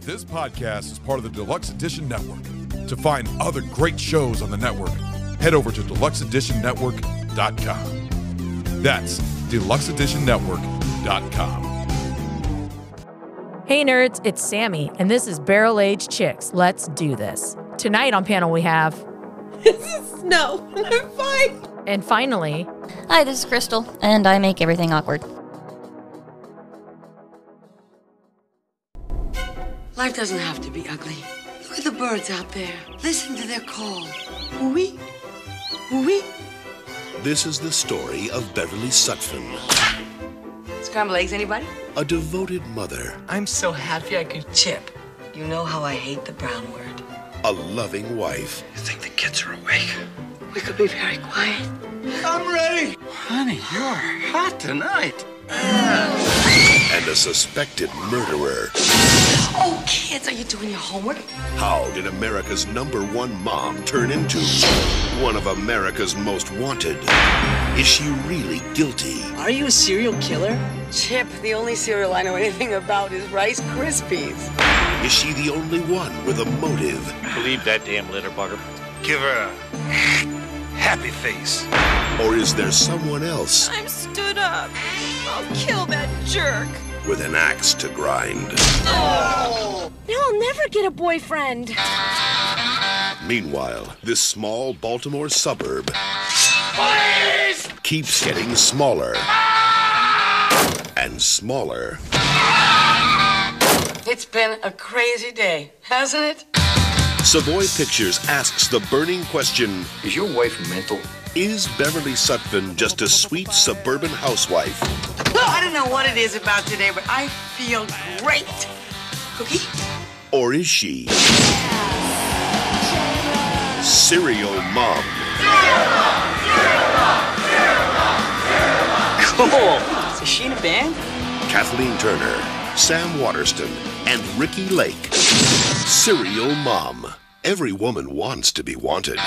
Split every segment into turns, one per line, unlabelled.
This podcast is part of the Deluxe Edition Network. To find other great shows on the network, head over to deluxeeditionnetwork.com. That's deluxeeditionnetwork.com.
Hey nerds, it's Sammy, and this is Barrel Age Chicks. Let's do this. Tonight on panel we have,
No, I'm fine.
and finally,
Hi, this is Crystal, and I make everything awkward.
Life doesn't have to be ugly. Look at the birds out there. Listen to their call. Wee, wee.
This is the story of Beverly Sutphin,
Scrambled eggs, anybody?
a devoted mother,
I'm so happy I could
Chip, you know how I hate the brown word.
a loving wife,
You think the kids are awake?
We could be very quiet.
I'm ready. Honey, you're hot tonight.
and a suspected murderer.
Oh, kids, are you doing your homework?
How did America's number one mom turn into one of America's most wanted? Is she really guilty?
Are you a serial killer?
Chip, the only cereal I know anything about is Rice Krispies.
Is she the only one with a motive?
Believe that damn litter bugger.
Give her a happy face.
Or is there someone else
I'm stood up. I'll kill that jerk.
with an axe to grind?
Now I'll never get a boyfriend.
Meanwhile, this small Baltimore suburb keeps getting smaller and smaller.
It's been a crazy day, hasn't it?
Savoy Pictures asks the burning question
Is your wife mental?
Is Beverly Sutphin just a sweet suburban housewife?
I don't know what it is about today, but I feel great. Cookie?
Or is she? Serial mom.
Cool. Is she in a band?
Kathleen Turner, Sam Waterston, and Ricky Lake. Serial mom. Every woman wants to be wanted,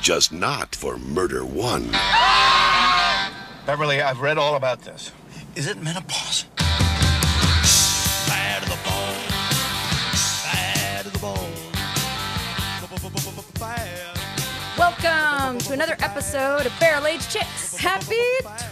just not for murder one.
Beverly, I've read all about this. Is it menopause?
Bad of the ball. Bad of the ball.
welcome to another episode of Barrel Age Chicks.
Happy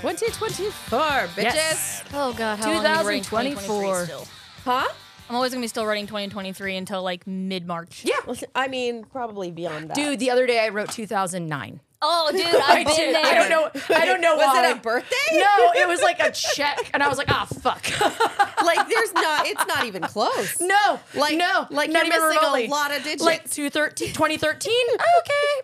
2024, bitches.
Yes.
Oh god, how long are you running
2024.
2023 still?
Huh?
I'm always gonna be still running 2023 until like mid March.
Yeah. I mean, probably beyond that.
Dude, the other day I wrote 2009.
Oh, dude, I've
I
been
did.
there.
I don't know. I don't know.
Was it
why.
a birthday?
No, it was like a check, and I was like, ah, fuck.
like there's not. It's not even close.
No,
Like-
no,
like
not
you're
even
missing a
remotely.
lot of digits.
Like 213 2013?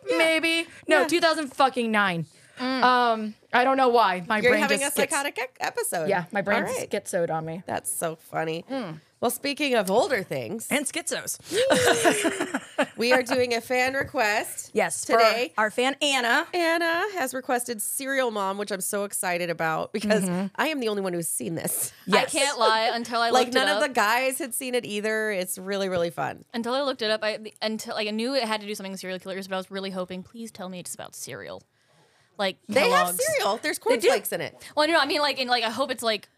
okay, maybe. No, 2000 fucking nine. Um, I don't know why my
Mm. You're
brain
having a
just
psychotic e- episode.
Gets, yeah, my brain
All
just
right.
gets schizoed on me Hmm.
That's so funny. Well, speaking of older things,
and schizos.
we are doing a fan request.
Yes, for
today
our fan Anna.
Anna has requested Serial Mom, which I'm so excited about because I am the only one who's seen this.
Mm-hmm. Yes.
I can't lie. Until I
like
looked
none
it
of
up,
the guys had seen it either. It's really really fun.
until I looked it up, I until like I knew it had to do something with serial killers, but I was really hoping, please tell me it's about cereal, like
They have
Kellogg's.
cereal. There's
do.
cornflakes in it.
Well, no, I mean like, and like I hope it's like,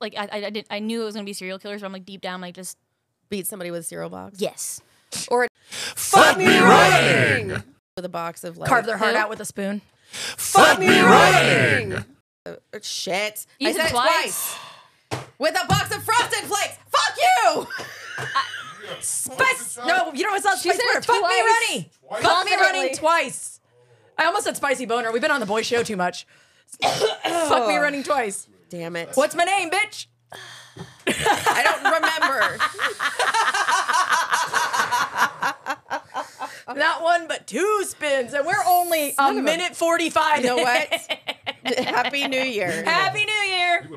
like I, I, I did I knew it was gonna be serial killers, but I'm like deep down, like just
Beat somebody with a cereal box.
yes,
Or
Fuck me
running with a box of like
Carve their heart out with a spoon.
Fuck me
running. Uh, shit.
You
I
said
said it
twice.
twice. With a box of frosted flakes. Fuck you.
Spice. No, you know what's not
She
spice
said
boner.
it
Fuck me
twice.
running. Fuck me running
Confidently.
twice. I almost said spicy boner. We've been on the boy show too much. Fuck me running twice.
Damn it.
What's my name, bitch?
I don't remember.
Not one, but two spins, and we're only a minute forty-five.
you know what? Happy New Year.
Happy New Year!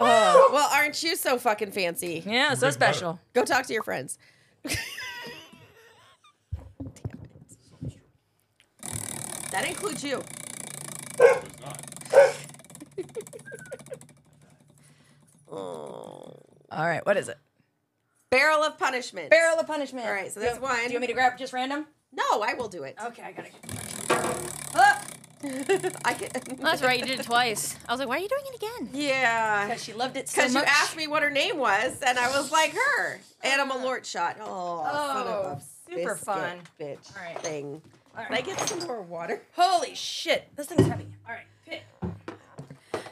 Oh, well, aren't you so fucking fancy?
Yeah, so special.
Go talk to your friends. Damn it. That includes you.
All right, what is it?
Barrel of punishment.
Barrel of punishment.
All right, so that's
Do you-
one.
Do you want me to grab just random?
no, I will do it.
Okay, I gotta.
Ah! I can.
That's right. You did it twice. I was like, why are you doing it again?
Yeah.
She loved it so
Because you
much.
asked me what her name was, and I was like, her. Animal Lord Shot. Oh, son
Uh-huh. Oh,
of a
super
biscuit,
fun.
bitch
All right.
thing.
right.
Can I get some more water?
Holy shit, this thing's heavy. All right, pick.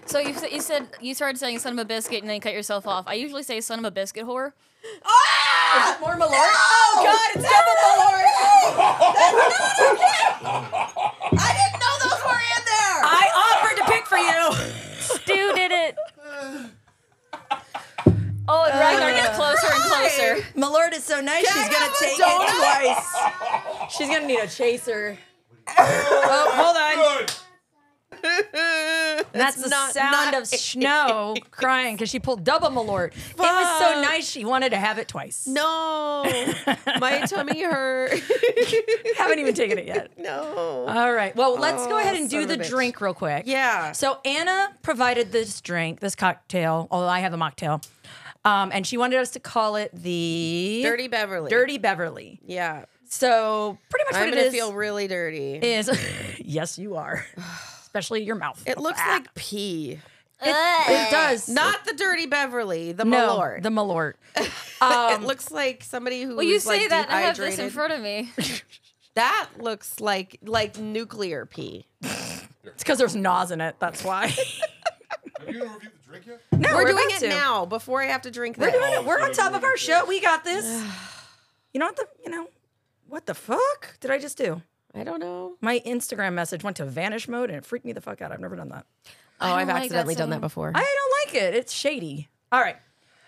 So you, sa- you said you started saying son of a biscuit and then cut yourself off. I usually say son of a biscuit whore.
Ah!
More
No!
Oh
God, it's double Malort. That's not okay.
Mm.
I didn't know those were in there.
I offered to pick for you.
Stu did it. Oh, and Ragnar
Uh,
gets closer and closer.
My lord is so nice. she's gonna take it twice. She's gonna need a chaser. oh, hold on. That's the
not
sound of Snow crying because she pulled double Malort. It was so
Fuck.
nice. She wanted to have it twice.
No, my tummy hurt.
haven't even taken it yet. Oh,
no.
All right. Well, let's go
Oh,
ahead and do
son
the
of a bitch.
drink real quick.
Yeah.
So Anna provided this drink, this cocktail. Although I have a mocktail, um, and she wanted us to call it the
Dirty Beverly.
Dirty Beverly.
Yeah.
So pretty much
I'm
what
gonna
it is
feel really dirty. It,
is yes, you are, especially your mouth.
looks
Ah.
like pee.
it does
Not the dirty Beverly, the
no
Malort.
the Malort.
it looks like somebody who.
Well, you say
like
that and I have
dehydrated.
this in front of me.
That looks like like nuclear pee.
It's because there's naws in it. That's why.
Have you gonna review the drink yet?
no,
We're, doing
about to.
it now before I have to drink
We're
this.
doing it. We're on top of our show. We got this. You know what the you know what the fuck did I just do?
I don't know.
My Instagram message went to vanish mode and it freaked me the fuck out. I've never done that.
Oh, I've
like that
accidentally done
sound.
that before.
I don't like it. It's shady. All right.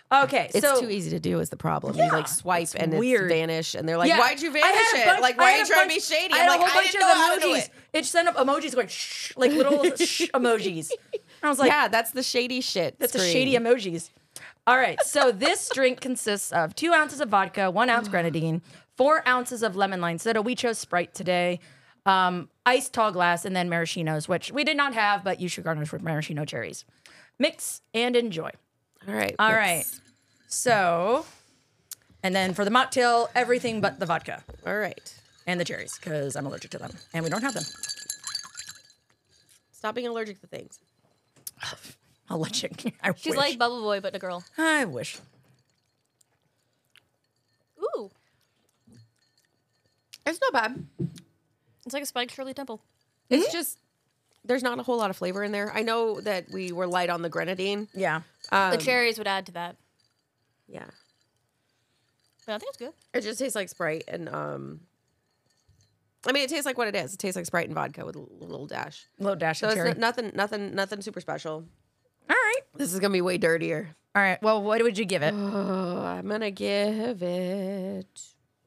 Okay.
It's
so
too easy to do is the problem. you like swipe and
weird.
it's vanish and they're like,
Yeah.
why'd you
I had
vanish
a
it?
bunch-
like,
I
why
had
are you
a
trying to be
bunch-
shady?
I had
I'm
a
like,
whole
I
bunch
didn't
of
know how to do
emojis.
it.
It sent up emojis going shh, like little shh emojis. And I was like,
yeah, that's the shady shit.
That's a
screen.
shady emojis. All right. So this drink consists of two ounces of vodka, one ounce grenadine, four ounces of lemon lime soda. We chose Sprite today. Um, iced tall glass, and then maraschinos, which we did not have, but you should garnish with maraschino cherries. Mix and enjoy.
All right.
All
let's-
right. So, and then for the mocktail, everything but the vodka
All right.
and the cherries, because I'm allergic to them and we don't have them.
Stop being allergic to things.
Allergic. I
She's
wish.
like Bubble Boy, but a girl.
I wish.
Ooh,
It's not bad.
it's like a spiked Shirley Temple.
It's just Mm-hmm. there's not a whole lot of flavor in there. I know that we were light on the grenadine.
Yeah.
Um,
the cherries would add to that,
Yeah.
but I think it's good.
It just tastes like Sprite and um I mean, it tastes like what it is. It tastes like Sprite and vodka with a little dash.
Little dash
So
of
it's
cherry.
n- nothing, nothing, nothing super special.
All right.
This is gonna be way dirtier.
All right. Well, what would you give it?
Oh, I'm gonna give it.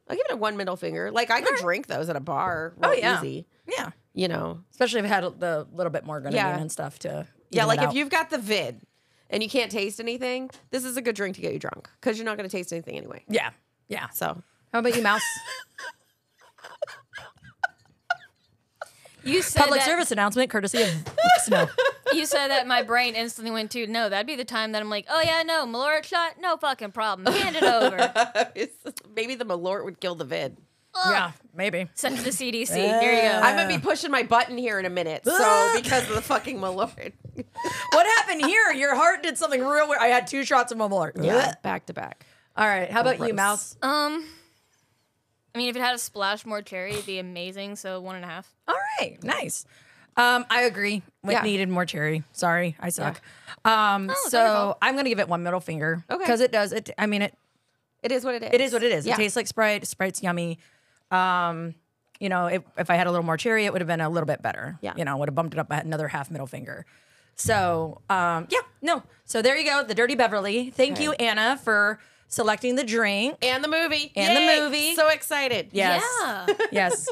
I'll give it a one middle finger. Like I could drink those at a bar. Real
Oh, yeah.
easy.
Yeah.
You know.
Especially if it had a- the little bit more grenadine
Yeah.
and stuff to.
Yeah,
even
like
it out.
if you've got the vid and you can't taste anything, this is a good drink to get you drunk because you're not gonna taste anything anyway.
Yeah. Yeah.
So
How about you, Mouse?
You said
Public
that,
service announcement courtesy of Snow.
You said that my brain instantly went to no. That'd be the time that I'm like, oh yeah, no, Maloric shot, no fucking problem. Hand it over.
it's- maybe the Malort would kill the vid.
yeah, maybe.
Send to the CDC. Here you go.
I'm gonna be pushing my button here in a minute. So
Ah.
because of the fucking Malort.
What happened here? Your heart did something real weird. I had two shots of Malort.
Yeah, back to back.
All right. How about you,
Gross.
Mouse?
Um, I mean, if it had a splash more cherry, it'd be amazing. So one and a half.
All right. Nice. Um, I agree. We
Yeah.
needed more cherry. Sorry, I suck. Um,
it's not
so
your fault.
I'm gonna give it one middle finger.
Okay.
Because it does. It. I mean, it.
It is what it is.
It is what it is.
Yeah.
It tastes like Sprite. Sprite's yummy. Um, you know, if if I had a little more cherry, it would have been a little bit better.
Yeah.
You know, would have bumped it up by another half middle finger. So, um, yeah, no. So there you go, the Dirty Beverly. Thank you, Anna, for selecting the drink.
and the movie.
And the
Yay!
movie.
So excited.
Yes.
Yeah.
Yes.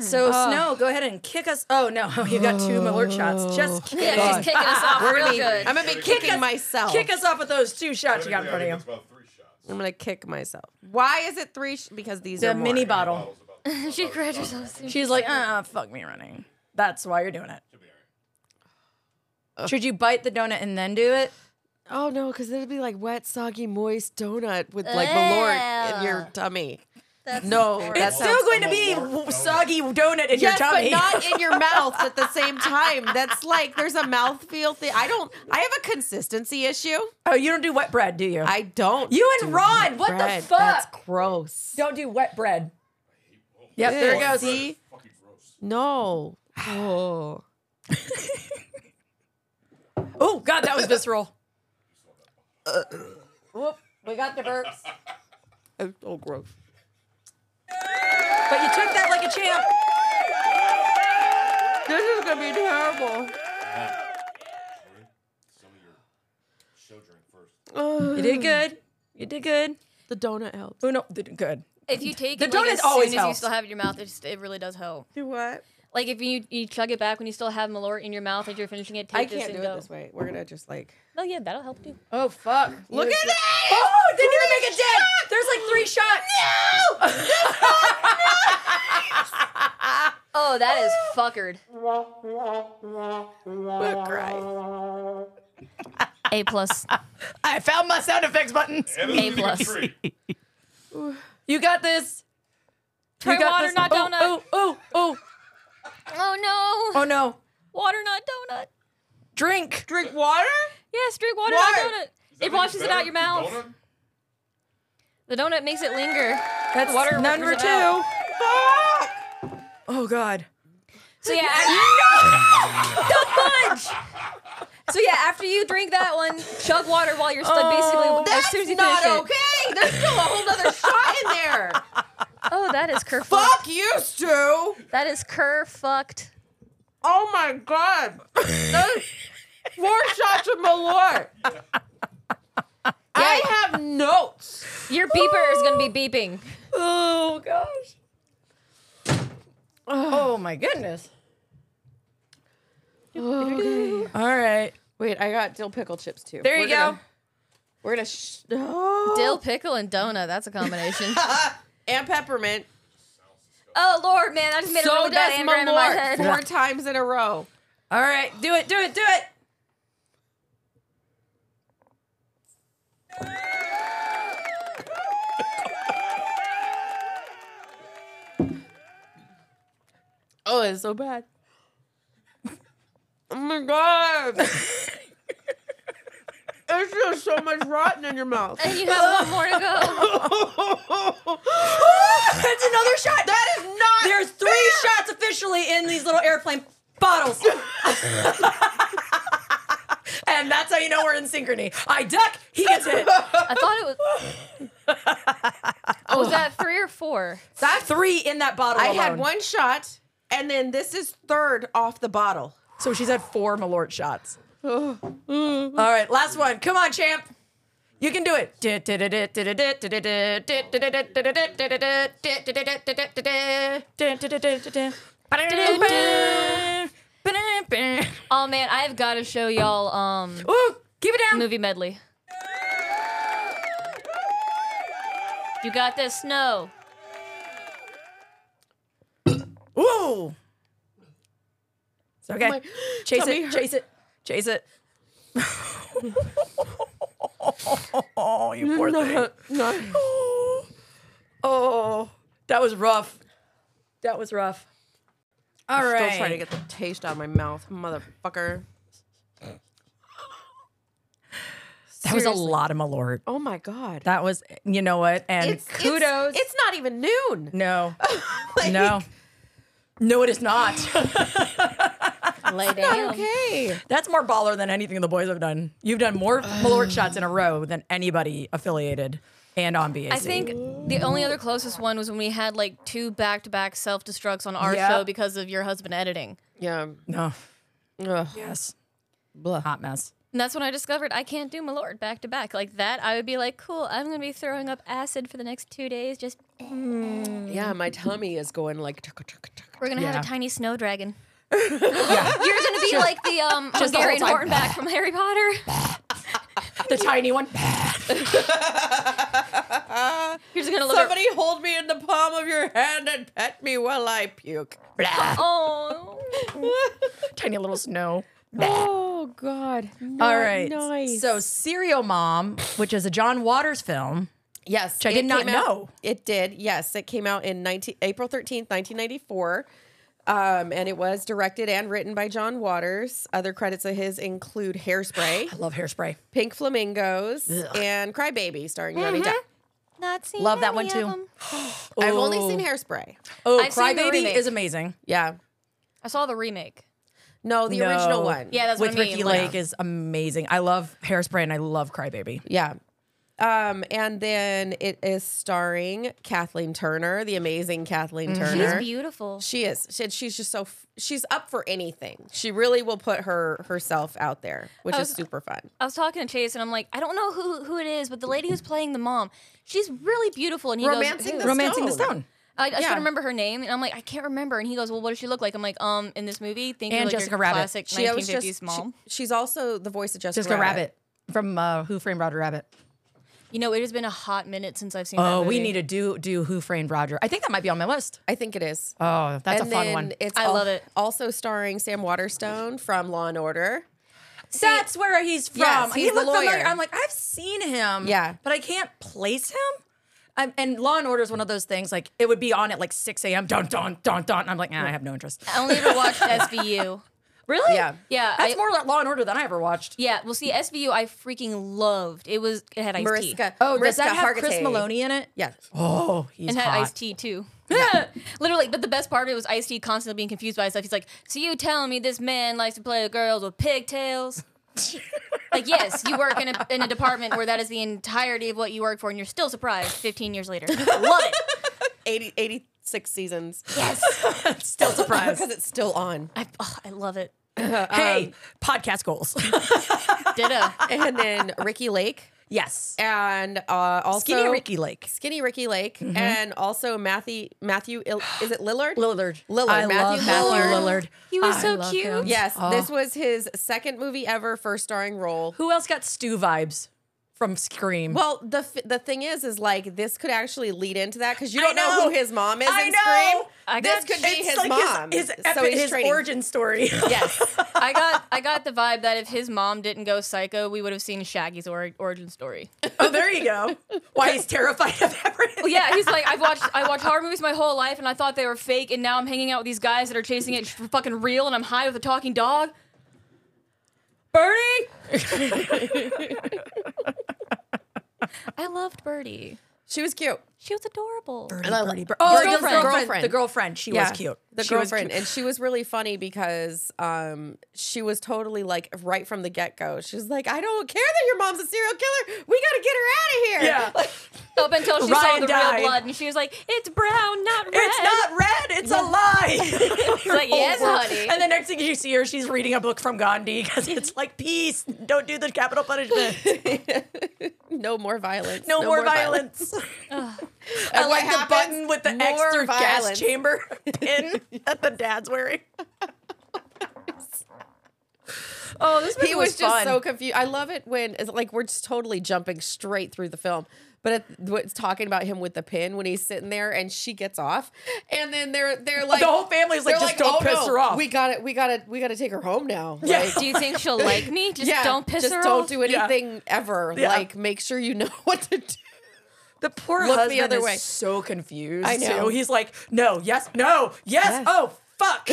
So Snow, go ahead and kick us. Oh no, you got two Malort shots. Just kidding.
Yeah, she's kicking us off
We're
real
gonna be,
good.
I'm gonna be kicking myself.
Kick us off with those two shots you got in front of
Technically, I think
you.
it's about three shots.
I'm gonna kick myself. Why is it three? Sh- because these
The
are more.
mini bottle.
Bottles about three.
she grabbed herself. soon.
She's like, uh, fuck me running. That's why you're doing it. Should you bite the donut and then do it?
Oh no, because it'd be like wet, soggy, moist donut with like Malort in your tummy.
That's
No,
horrible.
that
It's still going to be w- soggy donut in your
yes,
tummy.
but not in your mouth at the same time. That's like there's a mouthfeel thing. I don't. I have a consistency issue.
Oh, you don't do wet bread, do you?
I don't.
You and
do
Ron,
wet
what the
bread.
fuck?
That's gross.
Don't do wet bread. Yep,
Ew.
there it goes.
See? No. Oh.
Oh God, that was visceral. Whoop, we got the burps.
It's so Uh, oh, gross.
But you took that like a champ.
This is gonna be terrible.
You did good. You did good.
The donut helps.
Uno did good.
If you take
The
it like,
donut
as
always
soon as you
helps.
still have it in your mouth, it, just, it really does help.
Do what?
Like if you you chug it back when you still have Malort in your mouth as you're finishing it, take
I
this
can't
and
do
go.
it this way. We're gonna just like.
Oh yeah, that'll help too.
Oh fuck!
Look at that!
Oh, didn't even make a dent. There's like three shots.
Oh, that is fuckered.
We'll cry.
A plus.
I found my sound effects buttons.
A plus.
You got this.
Try
you got
water,
this.
not donut.
Oh, oh, oh,
Oh no.
oh no!
Water, not donut.
Drink.
Drink water.
Yes, drink water,
Water.
not donut. It washes it out your mouth. The donut makes it linger.
That's
water
number
works
two.
it out.
Ah!
Oh God.
So yeah, after- the fudge. So yeah, after you drink that one, chug water while you're still
Oh,
basically as soon as
That's
you
not
finish
okay. There's still a whole other shot in there.
it. Oh, that is kerfucked.
Fuck you, Stu.
That is kerfucked.
Oh my god. Those four shots of Malort. I have notes.
Your beeper is gonna be beeping.
Oh gosh. Oh my goodness. All right.
Wait, I got dill pickle chips too.
There you
We're
go.
gonna- we're gonna sh- oh.
Dill pickle and donut. That's a combination.
and peppermint.
oh Lord, man, I just made a
So
really bad
does
anagram in my
Malort
head.
four times in a row.
All right. Do it. Do it. Do it.
Oh, it's so bad. oh my god. There's just so much rotten in your mouth.
And you have one more to go.
That's another shot. That is not. There's three shots officially in these little airplane bottles. and that's how you know we're in synchrony. I duck. He gets hit.
I thought it was.
Oh,
Was that three or four?
So I have three in that bottle.
I had
alone.
one shot, and then this is third off the bottle.
So she's had four Malort shots. All right, last one. Come on, champ. You can do it.
Oh man, I've got to show y'all um
Ooh, keep it down.
movie medley. You got this snow.
Ooh. It's okay.
Oh my-
chase
tummy
it.
hurt.
Chase it. Chase it. oh, you poor thing.
No.
Oh. Oh, that was rough. That was rough. All right.
Still trying to get the taste out of my mouth, motherfucker.
that was a lot of malort.
Oh my god.
That was, you know what? And kudos.
It's, not even noon.
no,
Like,
no, no, it is not.
Lay down.
Okay.
That's more baller than anything the boys have done. You've done more malort shots in a row than anybody affiliated and on BAC.
I think the only other closest one was when we had like two back to back self destructs on our
Yeah.
show because of your husband editing.
Yeah.
no.
Ugh.
Yes. Hot mess.
And that's when I discovered I can't do my lord back to back. Like that, I would be like, cool, I'm going to be throwing up acid for the next two days. Just,
Yeah, my tummy is going like. tuck, tuck, tuck.
we're going to
Yeah.
have a tiny snow dragon. You're going to be like the um,
Just the whole
Hungarian
time.
Hortonback from Harry Potter.
The tiny one.
You're just going to look
Somebody hold me in the palm of your hand and pet me while I puke.
at Oh.
tiny little snow.
Oh God.
All right.
Nice.
So Serial Mom, which is a John Waters film,
Yes,
Which I did
it
not
came out-
know.
it did. Yes, it came out in 19, April thirteenth, nineteen ninety four, um, and it was directed and written by John Waters. Other credits of his include Hairspray,
I love hairspray.
Pink Flamingos, and Crybaby, starring
Mm-hmm.
Johnny Depp.
Not seen
Love that
any
one,
of
too.
them.
I've only
Oh.
seen Hairspray.
Oh,
I've seen the
Crybaby
remake.
is amazing.
Yeah,
I saw the remake.
no, Oh, the
No.
original one.
Yeah, that's
With
what I mean.
Ricky
like-
Lake is amazing. I love hairspray and I love Crybaby.
yeah. Um, and then it is starring Kathleen Turner, the amazing Kathleen
Mm-hmm.
Turner.
She's beautiful.
She is. She, she's just so. f- She's up for anything. She really will put her herself out there, which
Oh.
is super fun.
I was talking to Chase and I'm like, I don't know who who it is, but the lady who's playing the mom, she's really beautiful. And he
Romancing
goes,
the
"Who?"
Romancing the Stone.
I, I just
Yeah.
couldn't remember her name, and I'm like, I can't remember. And he goes, Well, what does she look like? I'm like, Um, in this movie, think of
And
like your
Jessica Rabbit.
classic
She
1950s
always just. she-
mom.
she's also the voice of Jessica,
Jessica Rabbit from uh, Who Framed Roger Rabbit.
you know, it has been a hot minute since I've seen.
Oh,
that
we
movie.
need to do do Who Framed Roger. I think that might be on my list.
I think it is.
Oh, that's
and
a fun
then
one.
It's
I
al-
love it.
Also starring Sam Waterstone from Law and Order.
that's where he's from.
Yes,
he
he's the
looked familiar.
lawyer.
I'm like, I've seen him.
Yeah.
but I can't place him. i and Law and Order is one of those things. Like it would be on at like 6 a.m. Dun dun dun dun. And I'm like, nah, I have no interest.
I only ever watched SVU.
Really?
Yeah.
Yeah,
That's
I-
more like Law and Order than I ever watched.
Yeah, well, see, SVU, I freaking loved. It was it had iced tea.
Mariska.
Oh,
Mariska
does that have Chris
Hargitay.
Maloney in it?
Yes.
Oh, he's
and
hot.
had iced tea too. Literally, but the best part of it was iced tea constantly being confused by stuff. He's like, "So you telling me this man likes to play with girls with pigtails?" like, yes, you work in a, in a department where that is the entirety of what you work for, and you're still surprised 15 years later. I Love it.
80, 86 seasons.
Still surprised.
Because it's still on. Uh,
I, oh, I love it.
Um,
hey, podcast goals.
Ditto.
And then Ricky Lake.
yes.
And uh, also.
Skinny Ricky Lake. Mm-hmm.
Skinny Ricky Lake and also Matthew Matthew Il- is it Lillard?
Lillard.
Lillard.
I love
Matthew
Matthew
Lillard.
Lillard.
He was
I
so
love
cute.
him.
Yes,
Oh.
this was his second movie ever, first starring role.
Who else got Stu vibes from Scream?
Well, the f- the thing is, is like this could actually lead into that because you
I
don't know. who
know.
his mom is.
I
in
know.
Scream.
I
this
got-
could be
It's
his
like
mom.
his, his,
so
epi-
he's
his
training.
origin story.
Yes,
I got I got the vibe that if his mom didn't go psycho, we would have seen Shaggy's or- origin story.
oh, there you go. Why he's terrified of everything.
Well, yeah, he's like, I've watched I watched horror movies my whole life, and I thought they were fake, and now I'm hanging out with these guys that are chasing it for fucking real, and I'm high with a talking dog.
Bernie.
I loved Birdie.
she was cute.
She was adorable.
Birdie, Birdie, Birdie.
Birdie
Oh,
was
the
the
girlfriend.
girlfriend.
The girlfriend. She was cute.
The
She was
girlfriend,
cute.
and she was really funny because um, she was totally like right from the get go. She was like, "I don't care that your mom's a serial killer. We gotta get her out of here."
Yeah.
Up until she
Ryan
saw the
died.
real blood, and she was like, "It's brown, not red."
It's not red. It's a lie.
She's like, "Yes, honey."
And the next thing you see her, she's reading a book from Gandhi because it's like peace. Don't do the capital punishment.
No more violence.
No, more, violence. I
And what
like the
happens?
button with the
More
extra gas
violence.
chamber pin that the dad's wearing. oh, this movie
he was, just
fun.
so confused. I love it when it's like we're just totally jumping straight through the film. But it, it's talking about him with the pin when he's sitting there and she gets off, and then they're they're like
whole family's like,
they're
"Just don't piss her off."
We got to We got to We got to take her home now.
Yeah.
Like,
Do you think she'll like me? Just
yeah,
don't piss
just
her
don't
off.
do anything ever.
Yeah.
Like make sure you know what to do.
the poor
the
husband
other
is
way.
so confused.
I know.
Too. He's like, no, yes, no, yes,
Yes.
oh fuck.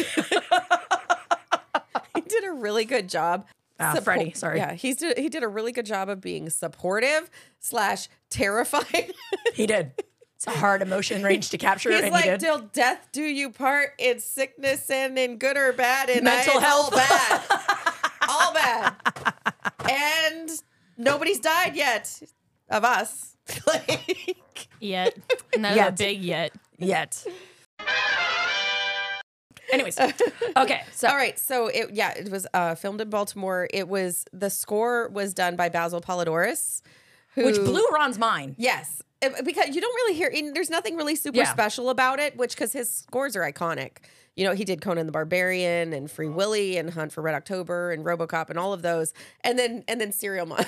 He did a really good job.
Ah,
Suppo-
Freddie, sorry.
Yeah, he's did, he did a really good job of being supportive slash terrified.
he did. It's a hard emotion range to capture,
He's
and
like,
he did.
till death do you part in sickness and in good or bad, and
Mental
I, it's
health.
all bad, all bad, and nobody's died yet of us. Like,
Yet, and that is
Yet.
a big yet.
Yet. Anyways, okay, so
all right, so it yeah, it was uh, filmed in Baltimore. It was the score was done by Basil Polidorus, who,
which blew Ron's mind.
Yes. It- Because you don't really hear, and there's nothing really super
Yeah.
special about it, which because his scores are iconic. You know, he did Conan the Barbarian and Free Willy and Hunt for Red October and RoboCop and all of those, and then and then Serial Mom.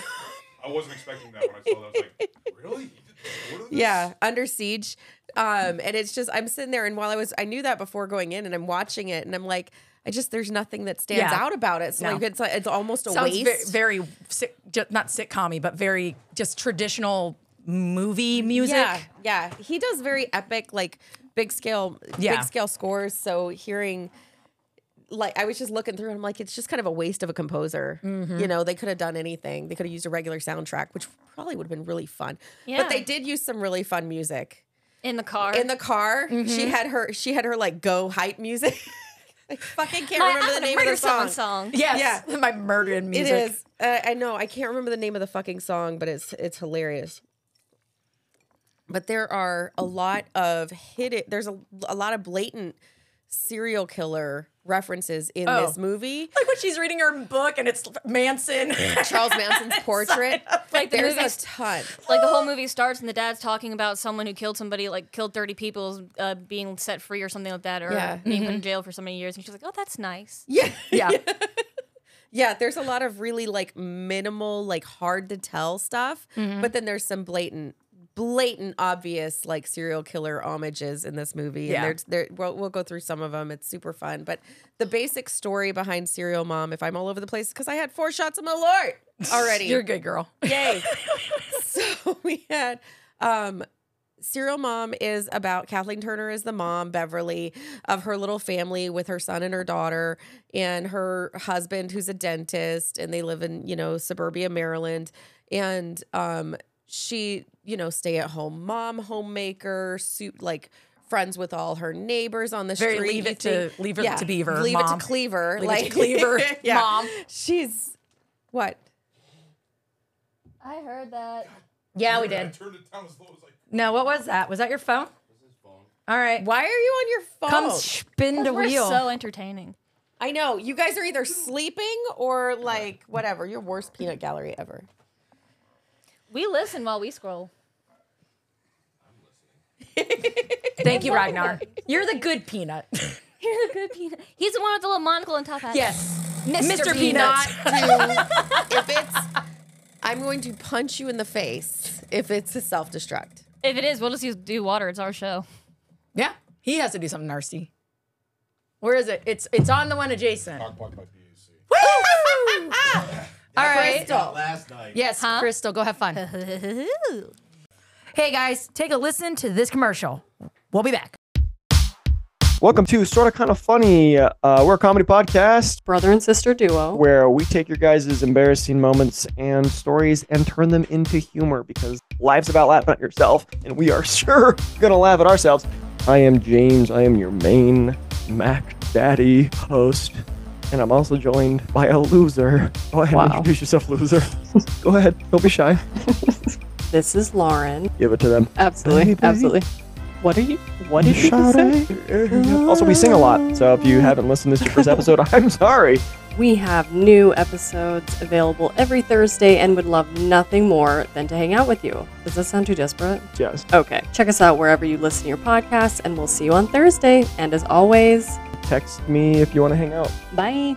I wasn't expecting that when I saw that. I was like, really? You did the score to this?
yeah, Under Siege, um, and it's just I'm sitting there, and while I was, I knew that before going in, and I'm watching it, and I'm like, I just there's nothing that stands
Yeah.
out about it. So
No.
like it's it's almost a
sounds
waste.
ve- very, si- ju- not sitcom but very just traditional movie music.
Yeah, yeah. He does very epic, like big scale,
Yeah.
big scale scores. So hearing, like, I was just looking through, and I'm like, it's just kind of a waste of a composer.
Mm-hmm.
You know, they could have done anything. They could have used a regular soundtrack, which probably would have been really fun.
Yeah.
But they did use some really fun music
in the car. Mm-hmm.
in the car. She had her, she had her like go hype music. I fucking can't
My-
remember
I'm
the
gonna
name of
murder
the song.
someone song.
Yes, my murdering
It
music.
is. Uh, I know. I can't remember the name of the fucking song, but it's it's hilarious. But there are a lot of hit it. There's a, a lot of blatant serial killer references in
Oh.
this movie.
Like when she's reading her book and it's Manson.
Charles Manson's portrait.
Like the
there's a
movies-
ton.
like the whole movie starts and the dad's talking about someone who killed somebody, like killed 30 people, uh, being set free or something like that, or
Yeah.
being put in jail for so many years. And she's like, oh, that's nice.
Yeah.
yeah.
Yeah, there's a lot of really like minimal, like hard to tell stuff,
Mm-hmm.
but then there's some blatant, blatant, obvious like serial killer homages in this movie.
Yeah.
And there's there we'll, we'll go through some of them. It's super fun, but the basic story behind Serial Mom, if I'm all over the place, because I had four shots of Malort already.
You're a good girl.
Yay. so we had um Serial Mom is about Kathleen Turner is the mom, Beverly, of her little family with her son and her daughter and her husband who's a dentist and they live in, you know, suburbia Maryland and um she, you know, stay-at-home mom, homemaker, suit like friends with all her neighbors on the
Very
street.
Leave
you
It to-
think-
Leave It to Beaver,
Leave it
mom.
to Cleaver.
Leave it to Cleaver, mom.
She's what?
I heard that.
Yeah, we did. No, what was that? Was that your phone? All right.
Why are you on your phone?
Come spin the
We're
wheel.
so entertaining.
I know. You guys are either sleeping or like whatever. Your worst peanut gallery ever.
We listen while we scroll.
Thank you, Ragnar. You're the good peanut.
You're the good peanut. He's the one with the little monocle and top hat.
yes.
Mr.
Mr.
Peanut.
Peanut.
If it's, I'm going to punch you in the face if it's a self destruct.
If it is, we'll just use do water. It's our show.
Yeah. He has to do something nasty. Where is it? It's it's on the one adjacent. Woo! All right.
Last night.
Yes, Crystal, go have fun. hey guys, take a listen to this commercial. We'll be back.
Welcome to Sorta Kinda Funny. Uh, we're a comedy podcast
brother and sister duo.
where we take your guys' embarrassing moments and stories and turn them into humor because life's about laughing at yourself, and we are sure gonna laugh at ourselves. I am James. I am your main Mac Daddy host, and I'm also joined by a loser. Go ahead and
Wow.
introduce yourself, loser. Go ahead. Don't be shy.
This is Lauren.
Give it to them.
Absolutely,
Baby.
absolutely. What are you? What did you just say?
Shawty. Also, we sing a lot, so if you haven't listened to this first episode, I'm sorry.
We have new episodes available every Thursday, and would love nothing more than to hang out with you. Does that sound too desperate?
Yes.
Okay. Check us out wherever you listen to your podcasts, and we'll see you on Thursday. And as always,
Text me if you want to hang out.
bye.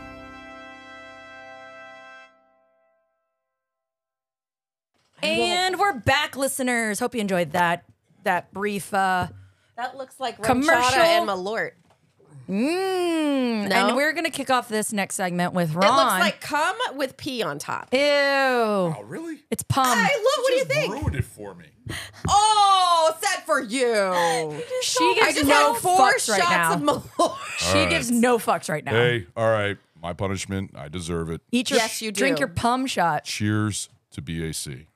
And we're back, listeners. Hope you enjoyed that that brief uh
That looks like
Commercial-
commercial and Malort.
mm,
No?
and we're gonna kick off this next segment with
It
Ron.
looks like cum with pee on top.
Ew.
Oh, really?
It's pum.
I love. What do you think?
Ruined it for me.
Oh, set for you.
She
I
gives
just
no
had four
fucks right
shots
now.
of Malort.
she gives no fucks right now.
Hey, all right. My punishment. I deserve it.
Eat your
Yes, you
drink
do.
your pum shot.
Cheers to BAC.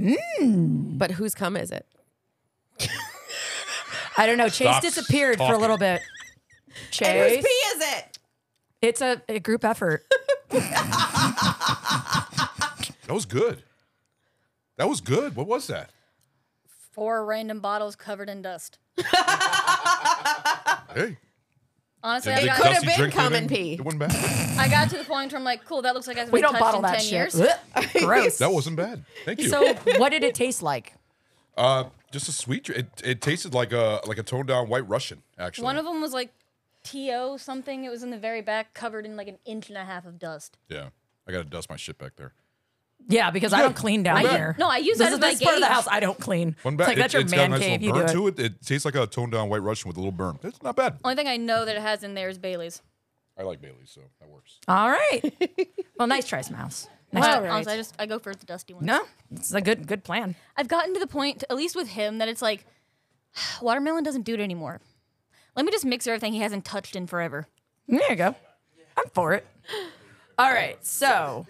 Mm.
But whose cum is it?
I don't know. Chase
Stop
disappeared for a
talking.
little bit.
And whose
Chase,
pee is it?
it's a, a group effort.
That was good. That was good. What was that?
Four random bottles covered in dust.
Hey.
Honestly,
did Dusty
I got,
could've been
drink
cum
it
and
in?
pee.
It wasn't bad.
I got to the point where I'm like, cool, that looks like I hasn't
we
been
don't bottle
touched in 10
that shit.
years.
Ugh, Gross.
That wasn't bad. Thank you.
so, what did it taste like?
uh, just a sweet. dr- It, it tasted like a like a toned down White Russian. Actually,
One of them was like TO something. It was in the very back, covered in like an inch and a half of dust.
yeah. I gotta dust my shit back there.
Yeah, because I don't clean down
I-
here.
no, I use
this
that
is
as my
this part of the
gauge.
house I don't clean.
One
It's
bad.
like that's
it,
your
has
man
got a nice
cave. You
little
do
burn
it.
to it. It tastes like a toned down White Russian with a little burn. It's not bad.
Only thing I know that it has in there is Bailey's.
I like Bailey's, so that works.
All right. well, nice try, Smouse. Next
Well,
time.
honestly, I just I go for the dusty one.
No, it's a good good plan.
I've gotten to the point, at least with him, that it's like watermelon doesn't do it anymore. Let me just mix everything he hasn't touched in forever.
There you go. I'm for it. All right, so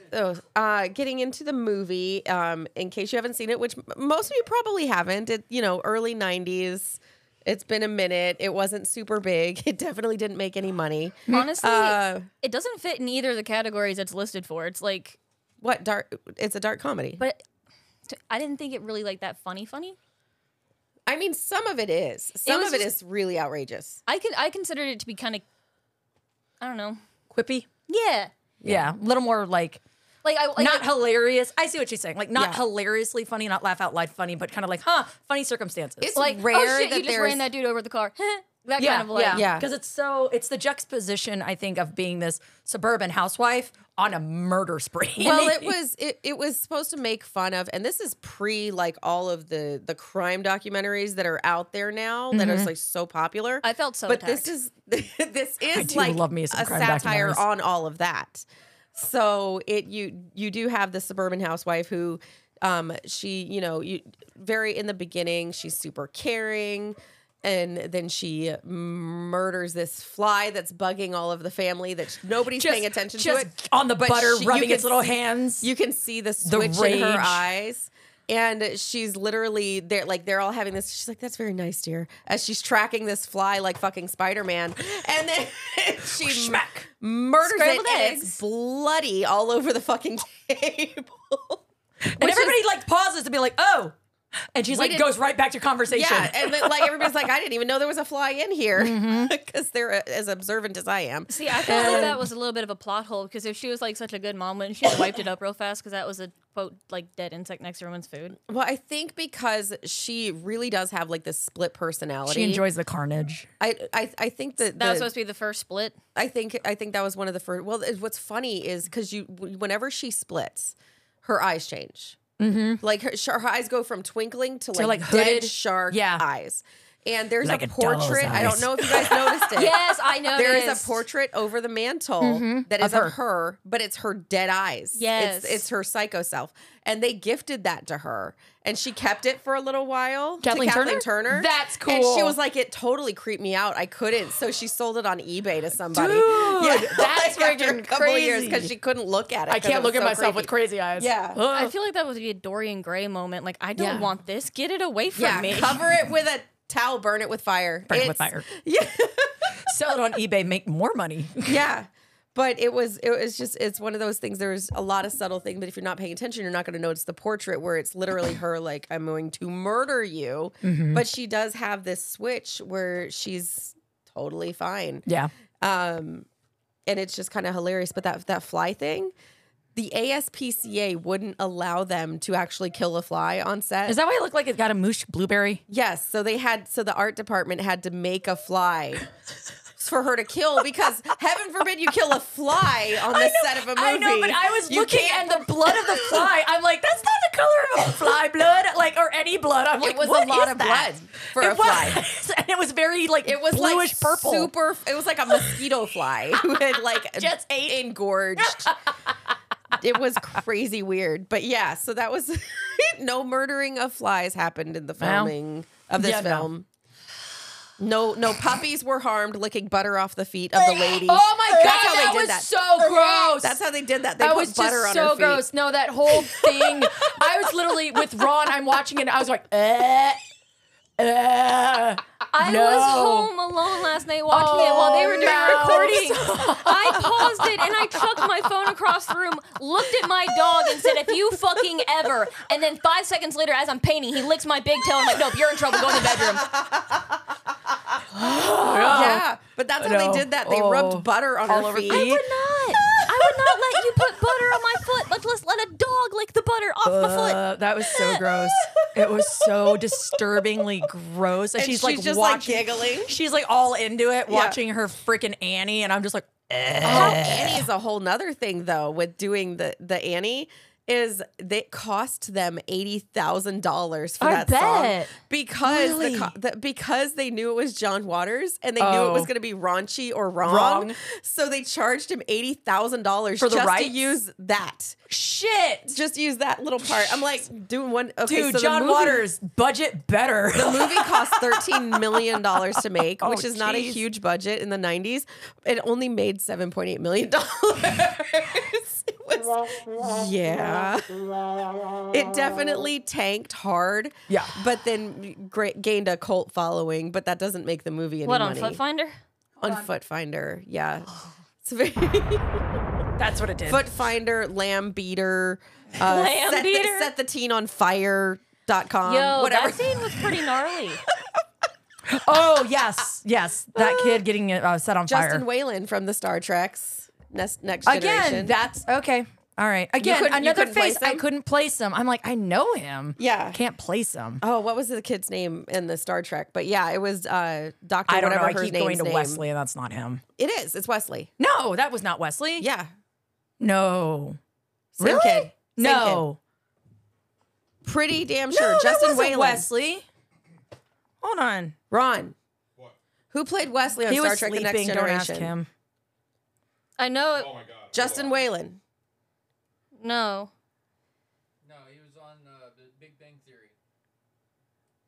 uh, getting into the movie, um, in case you haven't seen it, which m- most of you probably haven't, it you know early '90s. It's been a minute. It wasn't super big. It definitely didn't make any money.
Honestly,
Uh,
it doesn't fit in either of the categories it's listed for. It's like,
what dark? It's a dark comedy.
but t- I didn't think it really like that funny. Funny.
I mean, some of it is. Some
was
of it
just-
is really outrageous.
I can I considered it to be kind of, I don't know.
quippy.
Yeah.
Yeah, a little more like
Like I like,
not
I-
hilarious. I see what you're saying. Like not
Yeah.
hilariously funny, not laugh out loud funny, but kind of like, huh, funny circumstances.
It's like oh shit, you just ran that dude over with the car. that
yeah,
kind of like
yeah, yeah. Because it's so it's the juxtaposition, I think, of being this suburban housewife on a murder spree.
Well, it was it, it was supposed to make fun of, and this is pre like all of the the crime documentaries that are out there now that are
Mhm.
like so popular.
I felt so.
but
attacked.
this is this is
do
like
love me some
a
crime
satire
documentaries.
on all of that. So it you you do have the suburban housewife who um she you know you very in the beginning she's super caring and then she murders this fly that's bugging all of the family that nobody's
Just-
paying attention to
just
it
on the butter,
she- you
rubbing
can
its little
see-
hands.
You can see the
The
switch in her
rage.
eyes. And she's literally they're like they're all having this. She's like, "That's very nice, dear." As she's tracking this fly like fucking Spider Man, and then she Smack. murders
Scrambled
it, and
eggs.
it's bloody all over the fucking table.
and everybody like pauses to be like, oh. And she's
We
like,
didn't-
goes right back to conversation.
Yeah, and then like everybody's like, "I didn't even know there was a fly in here,"
Mm-hmm.
because they're uh, as observant as I am. Um,
See, I felt like
And-
that was a little bit of a plot hole because if she was like such a good mom, wouldn't she have wiped it up real fast? Because that was a quote like dead insect next to everyone's food.
Well, I think because she really does have like this split personality.
she enjoys the carnage.
I I, I think that
That was
the-
supposed to be the first split.
I think I think that was one of the first. Well, it- what's funny is because you, whenever she splits, her eyes change. Mm-hmm. Like her, sh- her eyes go from twinkling to
To,
like,
like,
dead
hooded-
shark
yeah.
eyes. And there's
Like
a
a doll's
portrait. I don't
eyes.
know if you guys noticed it.
Yes, I
There is
noticed.
a portrait over the mantle
Mhm.
that is
Of
of
her.
her. but it's her dead eyes.
Yes.
it's, it's her psycho self, and they gifted that to her, and she kept it for a little while.
Kathleen
to Kathleen
Turner?
Turner.
That's
And she
cool.
was like, "It totally creeped me out. I couldn't." So she sold it on eBay to somebody.
Dude,
Yeah,
that's
like after
freaking
a couple years because
crazy.
she couldn't look at it.
I
'cause
can't
it
look
was
at
so
myself with
creepy.
crazy eyes.
Yeah.
I feel like that would be a Dorian Gray moment. Like, I don't
Yeah.
want this. Get it away from
Yeah,
me.
cover it with a towel. Burn it with fire.
Burn it with
It's-
fire.
Yeah,
Sell it on eBay, make more money.
yeah. But it was it was just it's one of those things. There's a lot of subtle thing, but if you're not paying attention, you're not going to notice the portrait where it's literally her like I'm going to murder you.
Mhm.
But she does have this switch where she's totally fine.
Yeah.
um, and it's just kind of hilarious. But that that fly thing, the ASPCA wouldn't allow them to actually kill a fly on set.
Is that why it looked like it got a moosh blueberry?
yes? So they had so the art department had to make a fly. For her to kill, because heaven forbid you kill a fly on the set of a movie.
I know, but I was
You
looking
can't-
at the blood of the fly. I'm like, that's not the color of a fly blood, like or any blood. I'm like,
was a
"What
lot
is
of
that?"
blood for
It
a fly.
was. and it was very like
It was
bluish
like
purple.
Super. It was like a mosquito fly who had like
Just ate.
engorged. it was crazy weird, but yeah. So that was no murdering of flies happened in the
Well,
filming of this
yeah, no.
film. No, no puppies were harmed licking butter off the feet of the lady.
Oh my god,
That's how they
that
did
was
that.
so gross.
That's how they did that. They
that
put
was
butter
just
on her
so
feet.
gross. No, that whole thing. I was literally with Ron. I'm watching it. And I was like, eh, eh.
I
no.
was home alone last night watching it while they were doing
Oh,
recordings. I paused it and I chucked my phone across the room, looked at my dog, and said, "If you fucking ever." And then five seconds later, as I'm painting, he licks my big toe. I'm like, "Nope, you're in trouble. Go in the bedroom."
Yeah, but that's how
No.
they did that. They
Oh.
rubbed butter on
All
her
over
feet.
feet?
I would not. I would not let you put butter on my foot. Let's, let's let a dog lick the butter off my foot.
Uh, that was so gross. It was so disturbingly gross. And,
And
she's,
she's
like
just, like,
watching,
giggling.
She's like all into it, watching her freaking
Uh-huh.
Annie, and I'm just like, eh.
How Annie is a whole nother thing though with doing the the Annie is that cost them eighty thousand dollars for
I
that
bet.
song because
Really?
the, co- the because they knew it was John Waters and they knew
Oh.
it was going to be raunchy or wrong,
Wrong.
so they charged him eighty thousand dollars
For the
just
rights?
to use that.
Shit,
just use that little part. I'm like doing one. Okay,
Dude,
so the
John
movie-
Waters budget better.
the movie cost $13 million to make,
Oh,
which is not a
geez.
huge budget in the 90s. It only made $7.8 million. It was- yeah. It definitely tanked hard.
Yeah.
But then gra- gained a cult following, but that doesn't make the movie any
What on
money.
Foot Finder?
On Foot Finder, yeah.
Oh,
It's very-
That's what it did.
Foot Finder, Lamb Beater, uh,
Lamb
set,
Beater?
The, set the teen on fire. Dot com,
Yo,
whatever.
that scene was pretty gnarly.
oh yes, yes, that kid getting uh, set on
Justin
fire
Whalen from the Star Trek's Next, next
again.
Generation.
That's okay. All right. Again,
couldn't- you
another
couldn't place
face. I
him?
couldn't place him. I'm like, I know him.
Yeah.
can't place him.
oh, what was the kid's name in the Star Trek? But yeah, it was uh, Doctor.
I don't know.
whatever
I
her
keep
name's
going to
name.
Wesley, and that's not him.
It is. It's Wesley.
No, that was not Wesley.
Yeah.
No.
Same
really?
kid. Same
no.
Pretty damn
No,
sure.
that
Justin
wasn't
Whalen.
Wesley. Hold on.
Ron. Who played Wesley on
He
Star
was
Trek:
sleeping.
The Next
Don't
Generation?
ask him.
I know. It,
Justin Whalen.
No.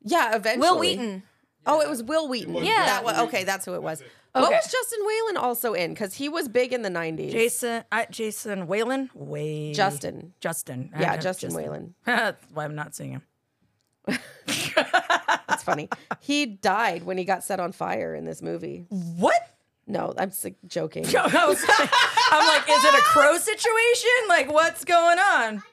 Yeah, eventually.
Will Wheaton.
Oh, it was Will Wheaton.
was Yeah.
That wa-
Will Wheaton.
okay, that's who it was. What
Okay.
was Justin Whalen also in? Because he was big in the '90s.
Jason. I, Jason Whalen. Way.
Justin.
Justin. I
Yeah,
have
Justin Whalen.
That's why I'm not seeing him.
That's funny. he died when he got set on fire in this movie.
What?
No, I'm s- joking.
I was like- I'm like, is it a crow situation? Like, what's going on?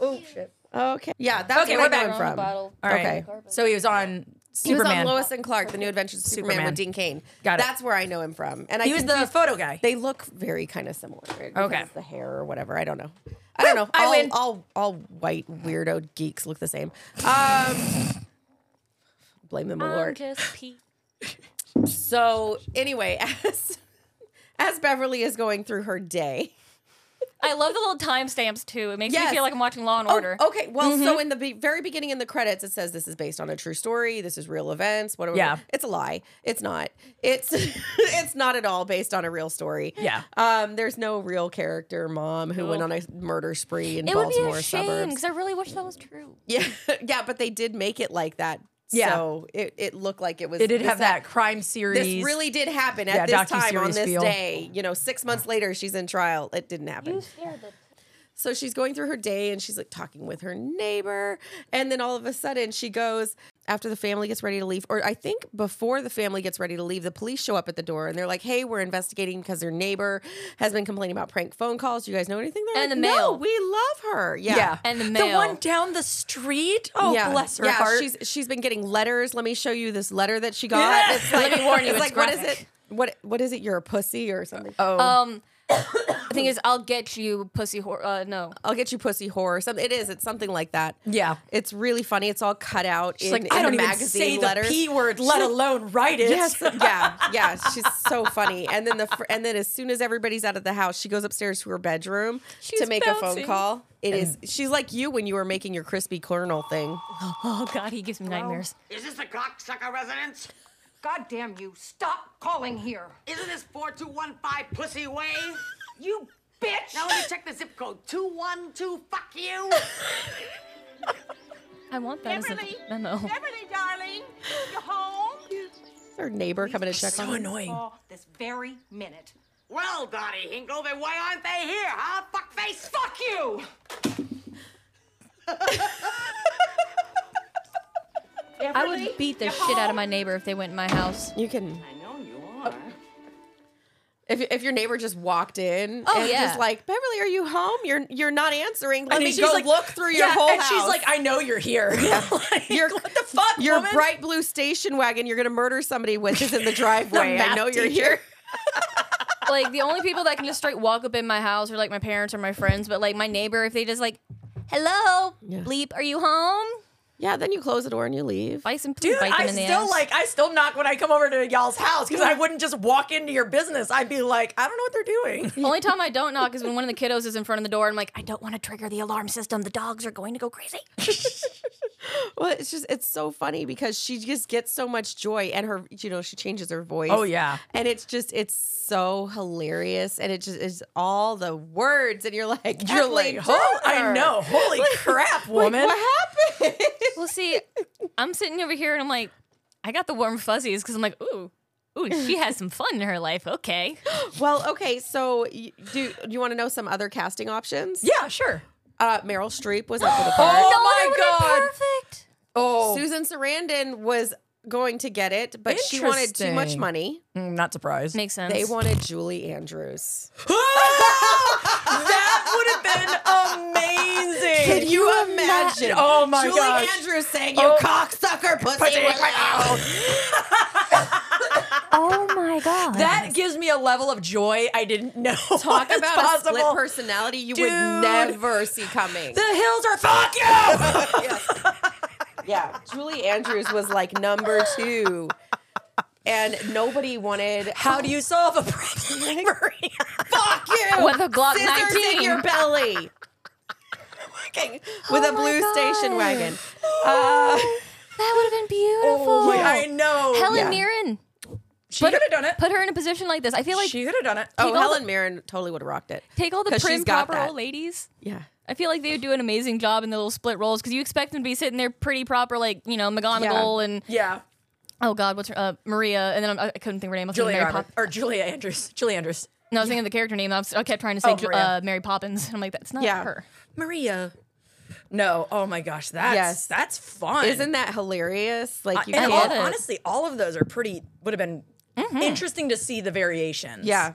Oh shit.
Okay. Yeah, that's
Okay,
where
we're
I'm
back.
from.
Bottle.
All right.
Okay.
So he was on
He was
Superman.
on Lois and Clark, The New Adventures of Superman,
Superman.
with Dean Kane.
Got it.
That's where I know him from. And I
he was the
confuse-
photo guy.
They look very kind of similar.
Okay.
Okay. The hair or whatever. I don't know. I don't know.
I
all,
win.
all all white weirdo geeks look the same. Um, blame them,
I'm
Lord.
just Pete.
So anyway, as as Beverly is going through her day.
I love the little timestamps too. It makes
Yes.
me feel like I'm watching Law and
Oh,
Order. Mm-hmm.
okay. Well, so in the be- very beginning in the credits, it says this is based on a true story. This is real events. Whatever.
Yeah.
It's a lie. It's not. It's it's not at all based on a real story.
Yeah.
Um. There's no real character mom who went on a murder spree in
It would be
Baltimore
a shame
suburbs.
because I really wish that was true.
Yeah. yeah. But they did make it like that.
Yeah.
So it, it looked like it was.
They did
this
have that
hap-
crime series.
This really did happen at
Yeah,
this time on
docuseries
this
feel.
day. You know, six months later, she's in trial. It didn't happen. So she's going through her day and she's like talking with her neighbor. And then all of a sudden she goes, after the family gets ready to leave, or I think before the family gets ready to leave, the police show up at the door and they're like, hey, we're investigating because your neighbor has been complaining about prank phone calls. Do you guys know anything? They're
And
like,
the mail.
No, we love her. Yeah.
yeah.
And the
The
mail.
one down the street. Oh,
Yeah.
bless her
yeah,
heart.
She's she's been getting letters. Let me show you this letter that she got.
Yeah.
It's like,
Let me warn
It's,
you, it's
like what is
graphic.
it? What what is it? You're a pussy or something?
oh,
Um, the thing is, I'll get you, pussy whore. Uh, no.
I'll get you pussy whore. Something it is. It's something like that.
yeah.
It's really funny. It's all cut out
She's
in,
like,
in
I don't
the
even
magazine
say
letters.
the p word, let alone write it.
Yes, yeah, yeah. She's so funny. And then the fr- and then as soon as everybody's out of the house, she goes upstairs to her bedroom to
She's
make a phone
bouncing.
call. It is. She's like you when you were making your crispy kernel thing.
Oh God, he gives me nightmares.
Is this the cocksucker residence?
God damn you. Stop calling here.
Isn't this 4215 Pussy Way?
You bitch.
Now let me check the zip code. 212, fuck you!
I want that as
Beverly.
a memo.
Beverly, darling, you home?
Her neighbor coming to check on. her.
Call this very minute.
Well, Dottie Hinkle, then why aren't they here, huh? Fuckface, fuck you!
I would beat the shit out of my neighbor if they went in my house.
You can Oh.
I know you are.
if if your neighbor just walked in
Oh,
and
yeah.
just like Beverly, are you home? You're you're not answering. Let
And
me
she's
go
like-
look through your
yeah,
whole
and
house.
she's like, I know you're here. Like,
Your-
what the fuck,
your
woman?
bright blue station wagon you're gonna murder somebody with is in the driveway. I
math
know you're
teacher.
here.
Like the only people that can just straight walk up in my house are like my parents or my friends, but like my neighbor, if they just like, "Hello, bleep, are you home?"
Yeah, then you close the door and you leave.
Bite some
Dude,
Dude, I still like I still knock when I come over to y'all's house because I wouldn't just walk into your business. I'd be like, I don't know what they're doing.
Only time I don't knock is when one of the kiddos is in front of the door. I'm like, I don't want to trigger the alarm system. The dogs are going to go crazy.
Well, it's just it's so funny because she just gets so much joy and her you know, she changes her voice.
Oh, yeah.
And it's just it's so hilarious and it just is all the words and you're like
You're
Kathleen
like, "Hol- I
Turner."
know. Holy crap,
like,
woman.
what happened?
well, see, I'm sitting over here and I'm like, I got the warm fuzzies because I'm like, ooh, ooh, she has some fun in her life. Okay.
Well, okay, so y- do, do you want to know some other casting options?
Yeah, sure.
Uh, Meryl Streep was up for the
Oh my
part.
God.
Perfect.
Oh,
Susan Sarandon was going to get it, but she wanted too much
Interesting.
money.
Mm, not surprised.
Makes sense.
They wanted Julie Andrews.
that would have been amazing.
Can you imagine?
Oh my
Julie
gosh.
Andrews saying,
Oh.
"You cocksucker, pussy."
Pussy,
we're out."
Oh my god.
That gives me a level of joy I didn't know.
Talk
was
about
possible.
a split personality you
Dude.
would never see coming.
The hills are fuck you.
yeah, Julie Andrews was like number two, and nobody wanted.
How do you solve a problem? like Maria?
Fuck you
With a Glock
Scissors
19.
in your belly. Okay, With a blue station wagon. Uh,
That would have been beautiful.
Oh my- I know.
Helen
Yeah.
Mirren.
She could have done it.
Put her in a position like this. I feel like
She could have done it.
oh,
all
Helen Mirren totally would have rocked it.
take all the
'Cause she's
prim
got
proper
that.
old ladies.
Yeah.
I feel like they would do an amazing job in the little split roles because you expect them to be sitting there pretty proper, like you know McGonagall and
Yeah.
oh god, what's her uh, Maria, and then I'm, I couldn't think of her name. I was thinking
Julia
Mary
Roberts
Pop-
or Julia Andrews. Julia Andrews.
No, I was thinking of the character name. I, was, I kept trying to say
Oh,
Ju-
Maria.
uh, Mary Poppins. And I'm like, that's not
Yeah.
her.
Maria. No. Oh my gosh. That's
Yes.
that's fun.
Isn't that hilarious? Like you
and
can't. Mm-hmm.
all, honestly, all of those are pretty. Would have been interesting to see the variations.
Yeah.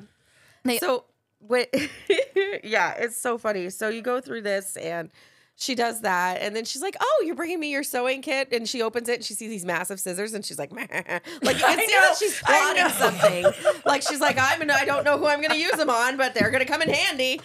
They-
so wait, yeah, it's so funny. So you go through this and she does that and then she's like, "Oh, you're bringing me your sewing kit." And she opens it and she sees these massive scissors and she's like, Meh. like you
I
can see
know,
that she's
I
plotting something. Like she's like, "I'm I don't know who I'm going to use them on, but they're going to come in handy."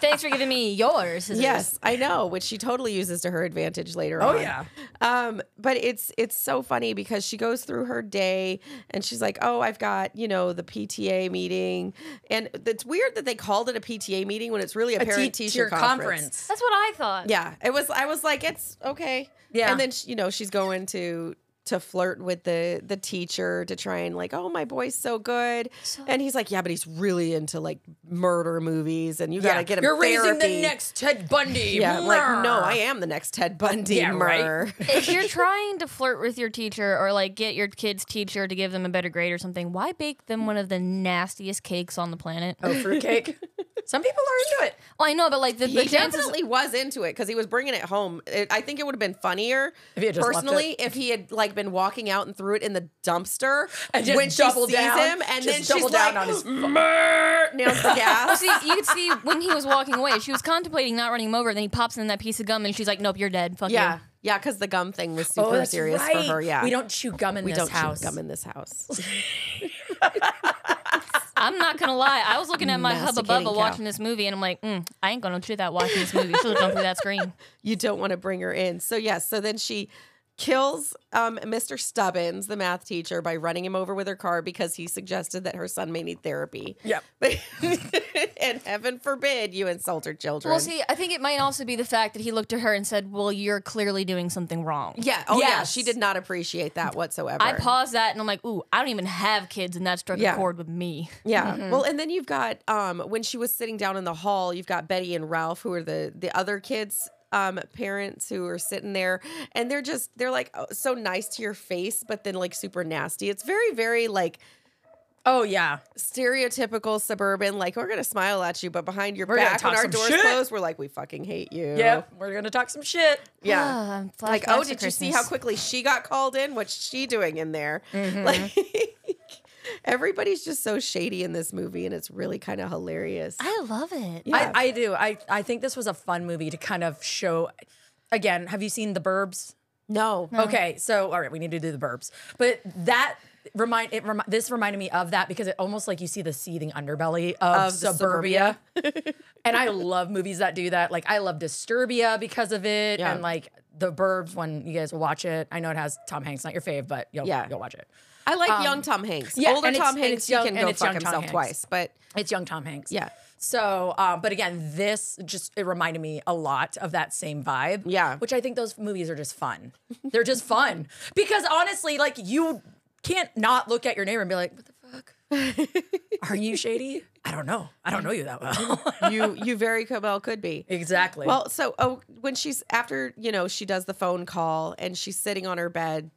Thanks for giving me yours. scissors.
Yes, I know, which she totally uses to her advantage later
Oh
on.
yeah.
Um, but it's it's so funny because she goes through her day and she's like, "Oh, I've got you know the PTA meeting," and it's weird that they called it a PTA meeting when it's really a,
A
parent
te-
teacher
teacher
conference.
That's what I thought.
Yeah, it was. I was like, "It's okay."
Yeah.
and then she- you know she's going to to flirt with the the teacher to try and like, "Oh, my boy's so good," and he's like, "Yeah, but he's really into like murder movies, and you gotta get him.
You're raising the
therapy."
next Ted Bundy.
Yeah, I'm like no,
Brr.
I am the next Ted Bundy.
Yeah, right.
murr."
If you're trying to flirt with your teacher or like get your kid's teacher to give them a better grade or something, why bake them one of the nastiest cakes on the planet?
Oh, fruitcake. Some people are into it.
Well, I know, but like the, the
he
chances.
definitely was into it because he was bringing it home. It, I think it would have been funnier
If he had just left
personally if he had like been walking out and threw it in the dumpster
And just
when she
double
sees
down,
him, and
just
then
double
she's
down
like,
on his fu-
"Mer," nails the
Well,
gas.
see, you could see when he was walking away, she was contemplating not running him over. Then he pops in that piece of gum, and she's like, "Nope, you're dead. Fuck
yeah,
you."
yeah, because the gum thing
Oh,
was super
Oh, that's
serious for
right.
her. Yeah,
We don't chew gum in
we
this
don't chew
house.
gum in this house.
I'm not gonna lie. I was looking at my Hubba
Masticating
Bubba
cow.
watching this movie, and I'm like, mm, I ain't gonna chew that watching this movie. She'll jump through that screen.
you don't want to bring her in. So yes, so then she kills um, Mr. Stubbins, the math teacher, by running him over with her car because he suggested that her son may need therapy.
Yep.
and heaven forbid you insult her children.
Well, see, I think it might also be the fact that he looked at her and said, "Well, you're clearly doing something wrong."
Yeah. Oh, yeah.
Yes.
She did not appreciate that whatsoever.
I paused that and I'm like, "Ooh, I don't even have kids," and that struck
Yeah.
a chord with me.
Yeah.
Mm-hmm.
Mm-hmm.
Well, and then you've got um when she was sitting down in the hall, you've got Betty and Ralph who are the the other kids um parents who are sitting there and they're just they're like oh, so nice to your face but then like super nasty. It's very very like
Oh yeah.
stereotypical suburban like we're going to smile at you but behind your
We're gonna
back
talk
when our
some
doors
shit.
closed we're like we fucking hate you.
Yep. We're gonna talk some shit.
Yeah.
Ah, flashbacks
like, oh,
to
did you see
Christmas.
how quickly she got called in? What's she doing in there?
Mm-hmm.
Like, everybody's just so shady in this movie, and it's really kind of hilarious.
I love it.
Yeah.
I, I do. I, I think this was a fun movie to kind of show. Again, have you seen The Burbs?
no,
Okay, so all right, we need to do The Burbs, but that remind it. Remi- this reminded me of that because it almost like you see the seething underbelly of,
Of the
suburbia, and I love movies that do that. Like I love Disturbia because of it,
Yeah.
and like the Burbs when you guys will watch it. I know it has Tom Hanks, not your fave, but you'll
Yeah.
you'll watch it.
I like
Um,
young Tom Hanks.
yeah,
Older
and it's-
Tom
and
Hanks,
it's
he
young-
can
and
go
it's
fuck
young Tom
himself
Hanks.
twice. But
It's young Tom Hanks.
Yeah.
So, um, but again, this just it reminded me a lot of that same vibe. Yeah. Which I think those movies are just fun. They're just fun because honestly, like you can't not look at your neighbor and be like, "What the fuck? Are you shady? I don't know. I don't know you that well."
you you very well could be
exactly.
Well, so oh, when she's after you know she does the phone call and she's sitting on her bed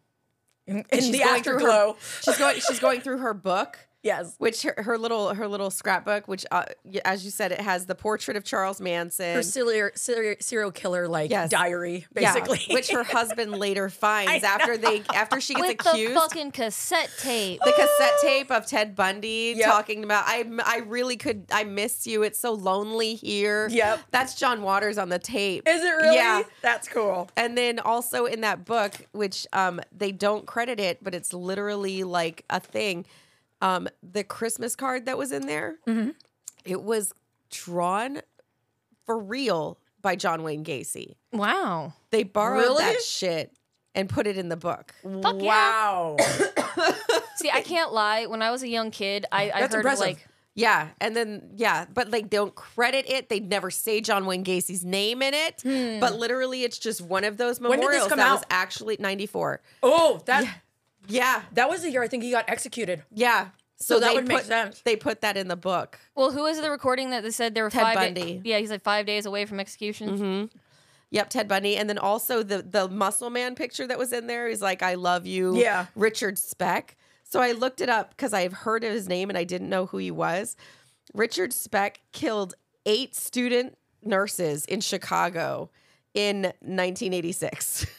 in,
and
the
through
afterglow.
Her, she's going she's going through her book.
Yes,
which her, her little her little scrapbook, which uh, y- as you said, it has the portrait of Charles Manson.
her serial serial, serial killer like
Yes.
diary
Yeah,
basically,
which her husband later finds
I
after they after she gets
With
accused.
the fucking cassette tape.
the cassette tape of Ted Bundy
Yep.
talking about I I really could I miss you. It's so lonely here.
Yep.
That's John Waters on the tape.
Is it really?
Yeah.
That's cool.
And then also in that book, which um they don't credit it, but it's literally like a thing. Um, the Christmas card that was in there,
Mm.
Mm-hmm.
it was drawn for real by John Wayne Gacy.
Wow.
They borrowed
Really?
that shit and put it in the book.
Fuck yeah.
wow.
See, I can't lie. When I was a young kid, I, I
That's
heard
impressive.
like
Yeah, and then yeah, but like they don't credit it. They never say John Wayne Gacy's name in it.
Hmm.
But literally, it's just one of those
When did
memorials
this come
that
out?
was actually ninety four.
Oh, that
Yeah,
that was the year I think he got executed.
Yeah,
So that
they
would make
put-
sense.
They put that in the book.
Well, who was the recording that they said there were
Ted
five?
Bundy.
yeah, he's like five days away from execution.
Mhm. Yep, Ted Bundy, and then also the the muscle man picture that was in there. He's like, "I love you."
Yeah.
Richard Speck. So I looked it up because I've heard of his name and I didn't know who he was. Richard Speck killed eight student nurses in Chicago in 1986. Or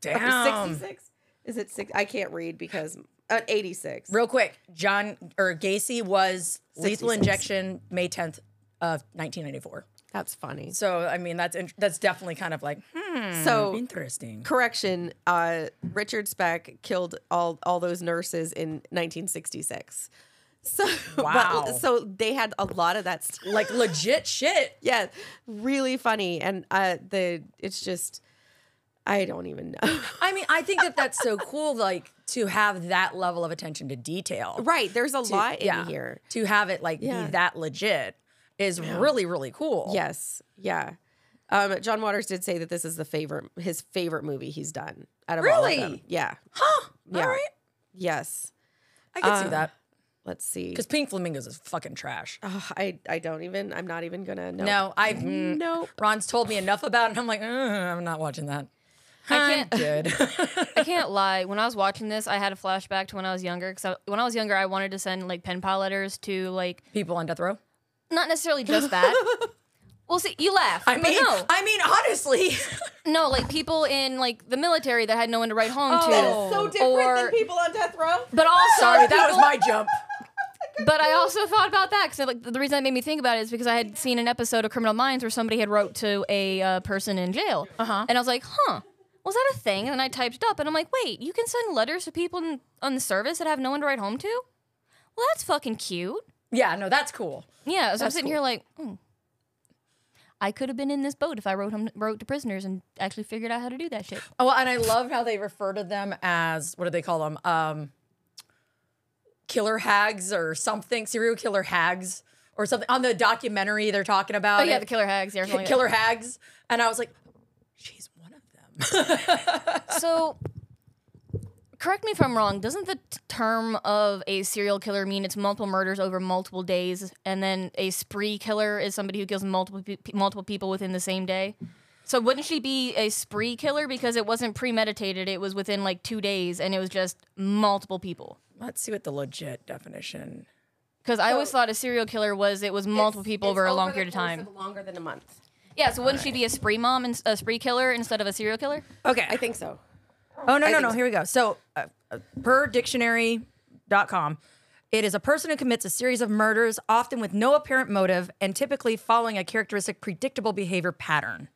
Damn.
66? Is it six? I can't read because uh, 86.
Real quick, John or Gacy was lethal
66.
injection May 10th of 1994.
That's funny.
So I mean that's in, that's definitely kind of like hmm,
So-
interesting.
Correction. Uh, Richard Speck killed all all those nurses in 1966. So, but-
Wow.
so they had a lot of that stuff.
Like legit shit.
yeah, really funny. And uh, the it's just I don't even know.
I mean, I think that that's so cool like to have that level of attention to detail.
Right, there's a
To-
lot in
yeah,
here.
To have it like
Yeah.
be that legit is really really cool.
Yes, yeah. Um, John Waters did say that this is the favorite his favorite movie he's done out of all of them.
Really?
Yeah.
Huh.
Yeah.
All right.
Yes.
I can see
Um,
that.
Let's see.
Cuz Pink Flamingos is fucking trash.
Oh, I I don't even. I'm not even gonna know.
No, I mm,
Nope.
Ron's told me enough about it and I'm like, "Ugh, I'm not watching that. I
I
can't good.
I can't lie. When I was watching this, I had a flashback to when I was younger. Because when I was younger, I wanted to send like pen pal letters to like
People on death row.
not necessarily just that. well, see, you laugh.
I
but
mean,
no,
I mean, honestly,
no, like people in like the military that had no one to write home
Oh,
to.
That is so different
or,
than people on death row.
But also,
sorry, that was
people-
my jump.
But I also thought about that because like the reason that made me think about it is because I had seen an episode of Criminal Minds where somebody had wrote to a uh, person in jail, uh-huh. and I was like, huh. Was that a thing? And then I typed it up, and I'm like, "Wait, you can send letters to people in, on the service that have no one to write home to? Well, that's fucking cute."
Yeah, no, that's cool.
Yeah, so I'm
That's
sitting here like, hmm, I could have been in this boat if I wrote home, wrote to prisoners and actually figured out how to do that shit.
Oh, and I love how they refer to them as what do they call them? Um, killer hags or something, serial killer hags or something. On the documentary, they're talking about
Oh yeah,
it.
the killer hags. Yeah,
Ki- killer hags, and I was like,
So, correct me if I'm wrong. Doesn't the t- term of a serial killer mean it's multiple murders over multiple days, and then a spree killer is somebody who kills multiple pe- pe- multiple people within the same day? So wouldn't she be a spree killer because it wasn't premeditated? It was within like two days, and it was just multiple people.
let's see what the legit definition.
Because I always thought a serial killer was it was multiple people over a long period of time.
longer than a month.
yeah. So wouldn't she be a spree mom and s- a spree killer instead of a serial killer?
Okay.
I think so.
Oh no
I
no
think
no!
so.
Here we go. So, uh, uh, per dictionary.com, it is a person who commits a series of murders, often with no apparent motive, and typically following a characteristic predictable behavior pattern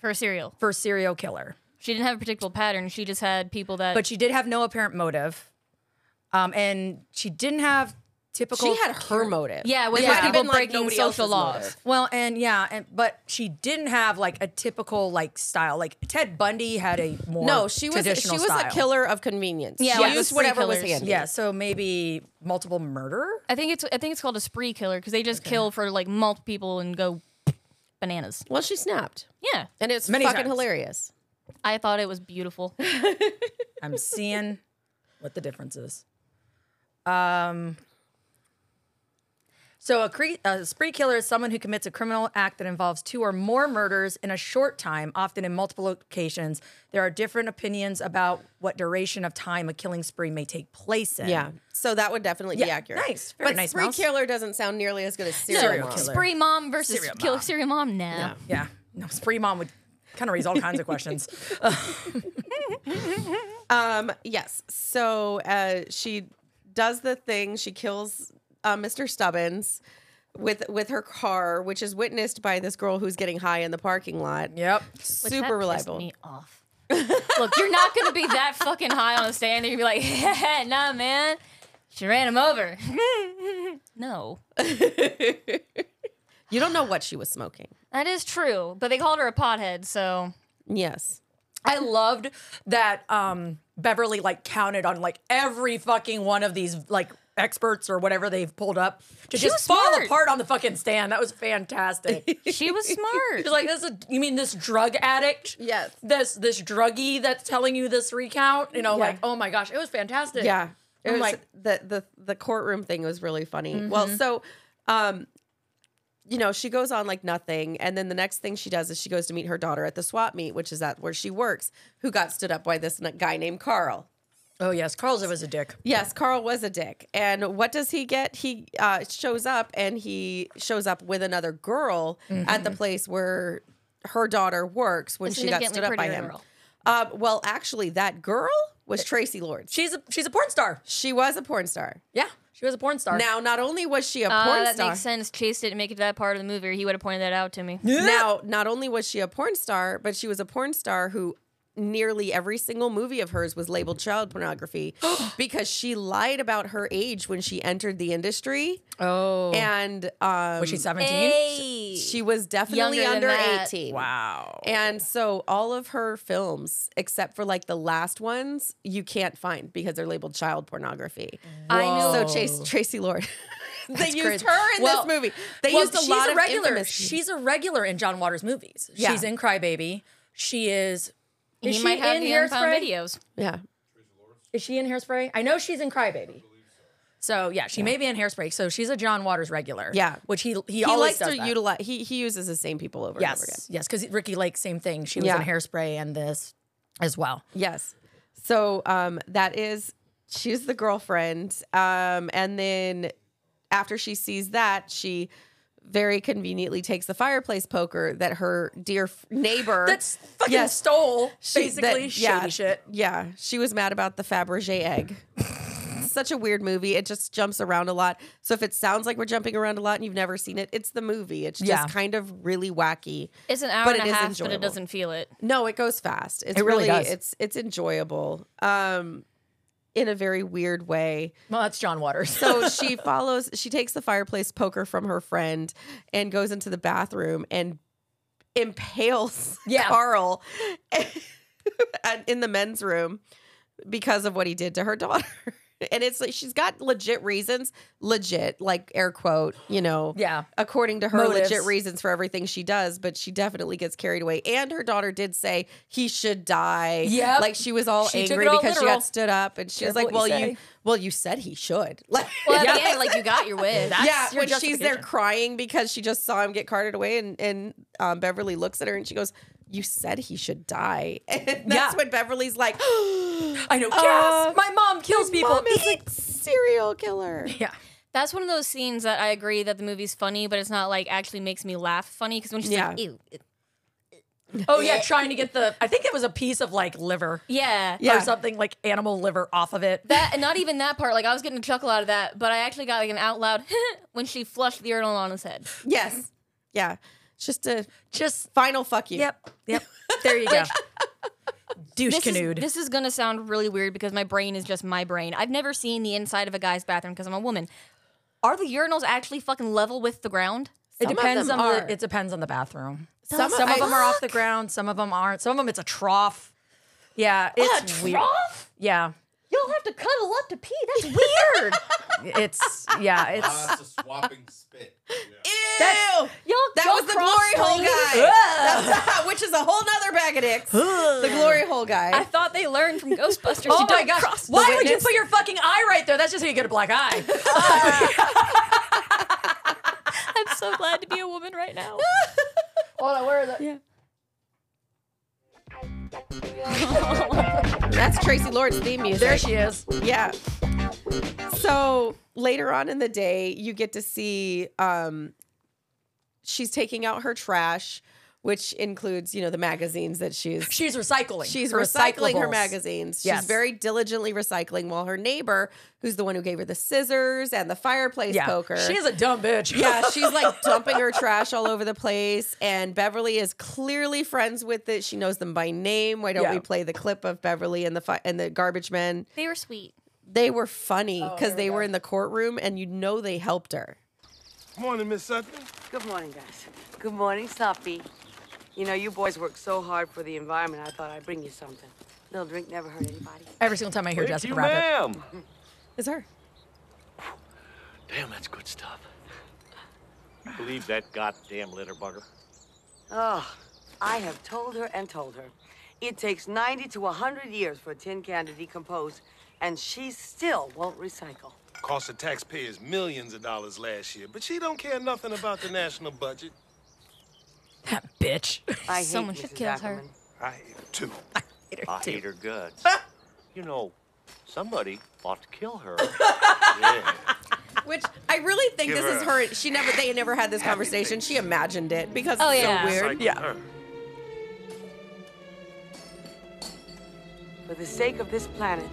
for a serial
for a serial killer.
She didn't have a predictable pattern. She just had people that.
But she did have no apparent motive, um, and she didn't have typical.
She had her motive.
Yeah, with like
It might have
people
been, like,
breaking
nobody
social
else's
laws.
motive.
Well, and yeah, and but she didn't have like a typical like style. Like Ted Bundy had a more
no, she was she
traditional
was a
style.
killer of convenience. she used whatever was handy.
Yeah, so maybe multiple murder.
I think it's I think it's called a spree killer because they just kill for like multiple people and go bananas.
Well, she snapped.
Yeah,
and it's Many fucking times. hilarious.
I thought it was beautiful.
I'm seeing what the difference is. Um. So a, cre- a spree killer is someone who commits a criminal act that involves two or more murders in a short time, often in multiple locations. There are different opinions about what duration of time a killing spree may take place in.
Yeah. So that would definitely be
Yeah,
accurate.
nice. Very
but
nice,
Spree
Mouse.
Killer doesn't sound nearly as good as serial,
Serial
mom.
killer.
Spree mom versus
Serial
killer
mom.
serial mom. Now,
Yeah. Yeah. No, spree mom would kind of raise all kinds of questions.
Um, yes. So uh, she does the thing. She kills uh, Mr. Stubbins with with her car, which is witnessed by this girl who's getting high in the parking lot.
Yep.
Which
Super
that pissed
reliable.
Me off. Look, you're not gonna be that fucking high on a stand. You're gonna be like, nah, man. She ran him over. no,
You don't know what she was smoking.
that is true. But they called her a pothead, so
Yes.
I loved that um, Beverly like counted on like every fucking one of these like experts or whatever they've pulled up to
She
just
was
fall
smart.
apart on the fucking stand. That was fantastic.
she was smart.
She's like, this is you mean this drug addict?
Yes.
This this druggie that's telling you this recount? You know,
Yeah.
like, oh my gosh, it was fantastic.
Yeah. Oh It
I'm
was
like-
the the the courtroom thing was really funny. Well, so um you know, she goes on like nothing and then the next thing she does is she goes to meet her daughter at the swap meet, which is at where she works, who got stood up by this n- guy named Carl.
Oh yes, Carl's was a dick.
Yes, Carl was a dick. And what does he get? He uh, shows up and he shows up with another girl at the place where her daughter works when
A
she got
significantly
stood up by
prettier
him.
girl.
Um, well, actually, that girl was Tracy Lords.
She's a she's a porn star.
She was a porn star.
Yeah, she was a porn star. Uh,
Now, not only was she a
Ah,
porn
that
star,
makes sense. Chase didn't make it to that part of the movie, or he would have pointed that out to me.
now not only was she a porn star, but she was a porn star who nearly every single movie of hers was labeled child pornography because she lied about her age when she entered the industry.
Oh.
And um
Was she 17?
Hey.
She was definitely under
Younger than that.
18.
Wow.
And so all of her films except for like the last ones you can't find because they're labeled child pornography.
I know.
So Chase, Tracy Lord. they used
crazy.
her in
Well-
this movie. They
well,
used a
she's
lot of
regular.
infamous-
She's a regular in John Waters movies.
Yeah.
She's in Crybaby. She is.
He
Is she
might have
in
the unfound
Hairspray?
videos.
Yeah.
Is she in Hairspray? I know she's in Crybaby. So yeah, she may be in Hairspray. So she's a John Waters regular.
Yeah.
which he he,
he
always
likes
does
to
that.
utilize he he uses the same people over and over again.
Yes, yes, because Ricky Lake, same thing. She was
Yeah.
in Hairspray and this as well.
Yes. So um that is she's the girlfriend. Um and then after she sees that, she very conveniently takes the fireplace poker that her dear f- neighbor
That's fucking
Yes.
stole
She- that-
basically
yeah,
shady shit.
Yeah, she was mad about the Fabergé egg. Such a weird movie. It just jumps around a lot. So if it sounds like we're jumping around a lot and you've never seen it, it's the movie. It's just
Yeah.
kind of really wacky.
It's an hour
But it
and a
is
half, but
enjoyable.
it doesn't feel it.
No, it goes fast. It's
It really does.
It's it's enjoyable. Um, in a very weird way.
Well, that's John Waters.
So she follows. She takes the fireplace poker from her friend and goes into the bathroom and impales
Yeah.
Carl at- in the men's room because of what he did to her daughter. And it's like she's got legit reasons, legit, like air quote, you know,
yeah,
according to her
Motives.
legit reasons for everything she does, but she definitely gets carried away. And her daughter did say he should die.
Yep.
Like she was all
She took
angry
it all
because she
literal.
got stood up and she was
Careful
like, Well,
what you
you
say.
well, you said he should. Like
Well, at the end, like you got your wish.
That's
yeah,
your
when she's there
justification.
crying because she just saw him get carted away, and and um, Beverly looks at her and she goes, "You said he should die." And that's
Yeah.
when Beverly's like,
I know.
Uh,
yes, my mom kills people.
"Mom is a serial killer."
yeah,
That's one of those scenes that I agree that the movie's funny, but it's not like actually makes me laugh funny because when she's like,
Yeah.
ew. it-
Oh yeah, trying to get the. I think it was a piece of like liver
Yeah.
Yeah.
or something like animal liver off of it.
That and not even that part. Like I was getting a chuckle out of that, but I actually got like an out loud when she flushed the urinal on his head.
Yes, yeah, it's just a
Just
final fuck you.
yep, yep. There you go. Douche
This is,
canoed.
this is gonna sound really weird because my brain is just my brain. I've never seen the inside of a guy's bathroom because I'm a woman. Are the urinals actually fucking level with the ground?
It depends on the, it depends on the bathroom.
The
Some, some
fuck?
of them are off the ground. Some of them aren't. Some of them it's a trough. Yeah,
Oh,
it's weird.
trough?
Yeah,
You'll have to cuddle up to pee. That's weird.
it's yeah, it's
a swapping spit. Ew! Y'all
That
y'all
was the glory
cross
hole
breed?
guy.
Ugh.
That's- which is a whole nother bag of dicks. the glory hole guy.
I thought they learned from Ghostbusters.
Oh
you
my
don't
gosh.
cross the
Why would you
witness.
put your fucking eye right there? That's just how you get a black eye. Uh.
I'm so glad to be a woman right now.
Hold on, where are the?
That's Tracy Lord's theme music.
There she is.
Yeah. So later on in the day, you get to see um, she's taking out her trash, which includes, you know, the magazines that she's
She's recycling.
She's
Her
recycling her
recyclables.
magazines.
Yes.
She's very diligently recycling while her neighbor, who's the one who gave her the scissors and the fireplace
Yeah.
poker.
She is a dumb bitch.
yeah, she's like dumping her trash all over the place. And Beverly is clearly friends with it. She knows them by name. Why don't
Yeah.
we play the clip of Beverly and the fi- and the garbage men?
They were sweet.
They were funny
Oh,
because they were in the courtroom and you know they helped her.
Morning, Miss Sutton. Good morning, guys. Good morning, Soppy. You know, you boys work so hard for the environment, I thought I'd bring you something. Little drink never hurt anybody.
Every single time I hear
Thank
Jessica
you,
Rabbit,
Is her?
Damn, that's good stuff. Believe that goddamn litter bugger.
Oh, I have told her and told her. It takes 90 to 100 years for a tin can to decompose, and she still won't recycle.
Cost the taxpayers millions of dollars last year, but she don't care nothing about the national budget.
bitch.
I hate
Someone
Mrs.
should kill her.
Ackerman.
I hate her too. I hate her, guts. you know, somebody ought to kill her. yeah.
Which I really think
Give
this is
her
her. She never, they never had this conversation. She imagined it because
Oh,
it's so
yeah.
weird.
Recycle her.
For the sake of this planet,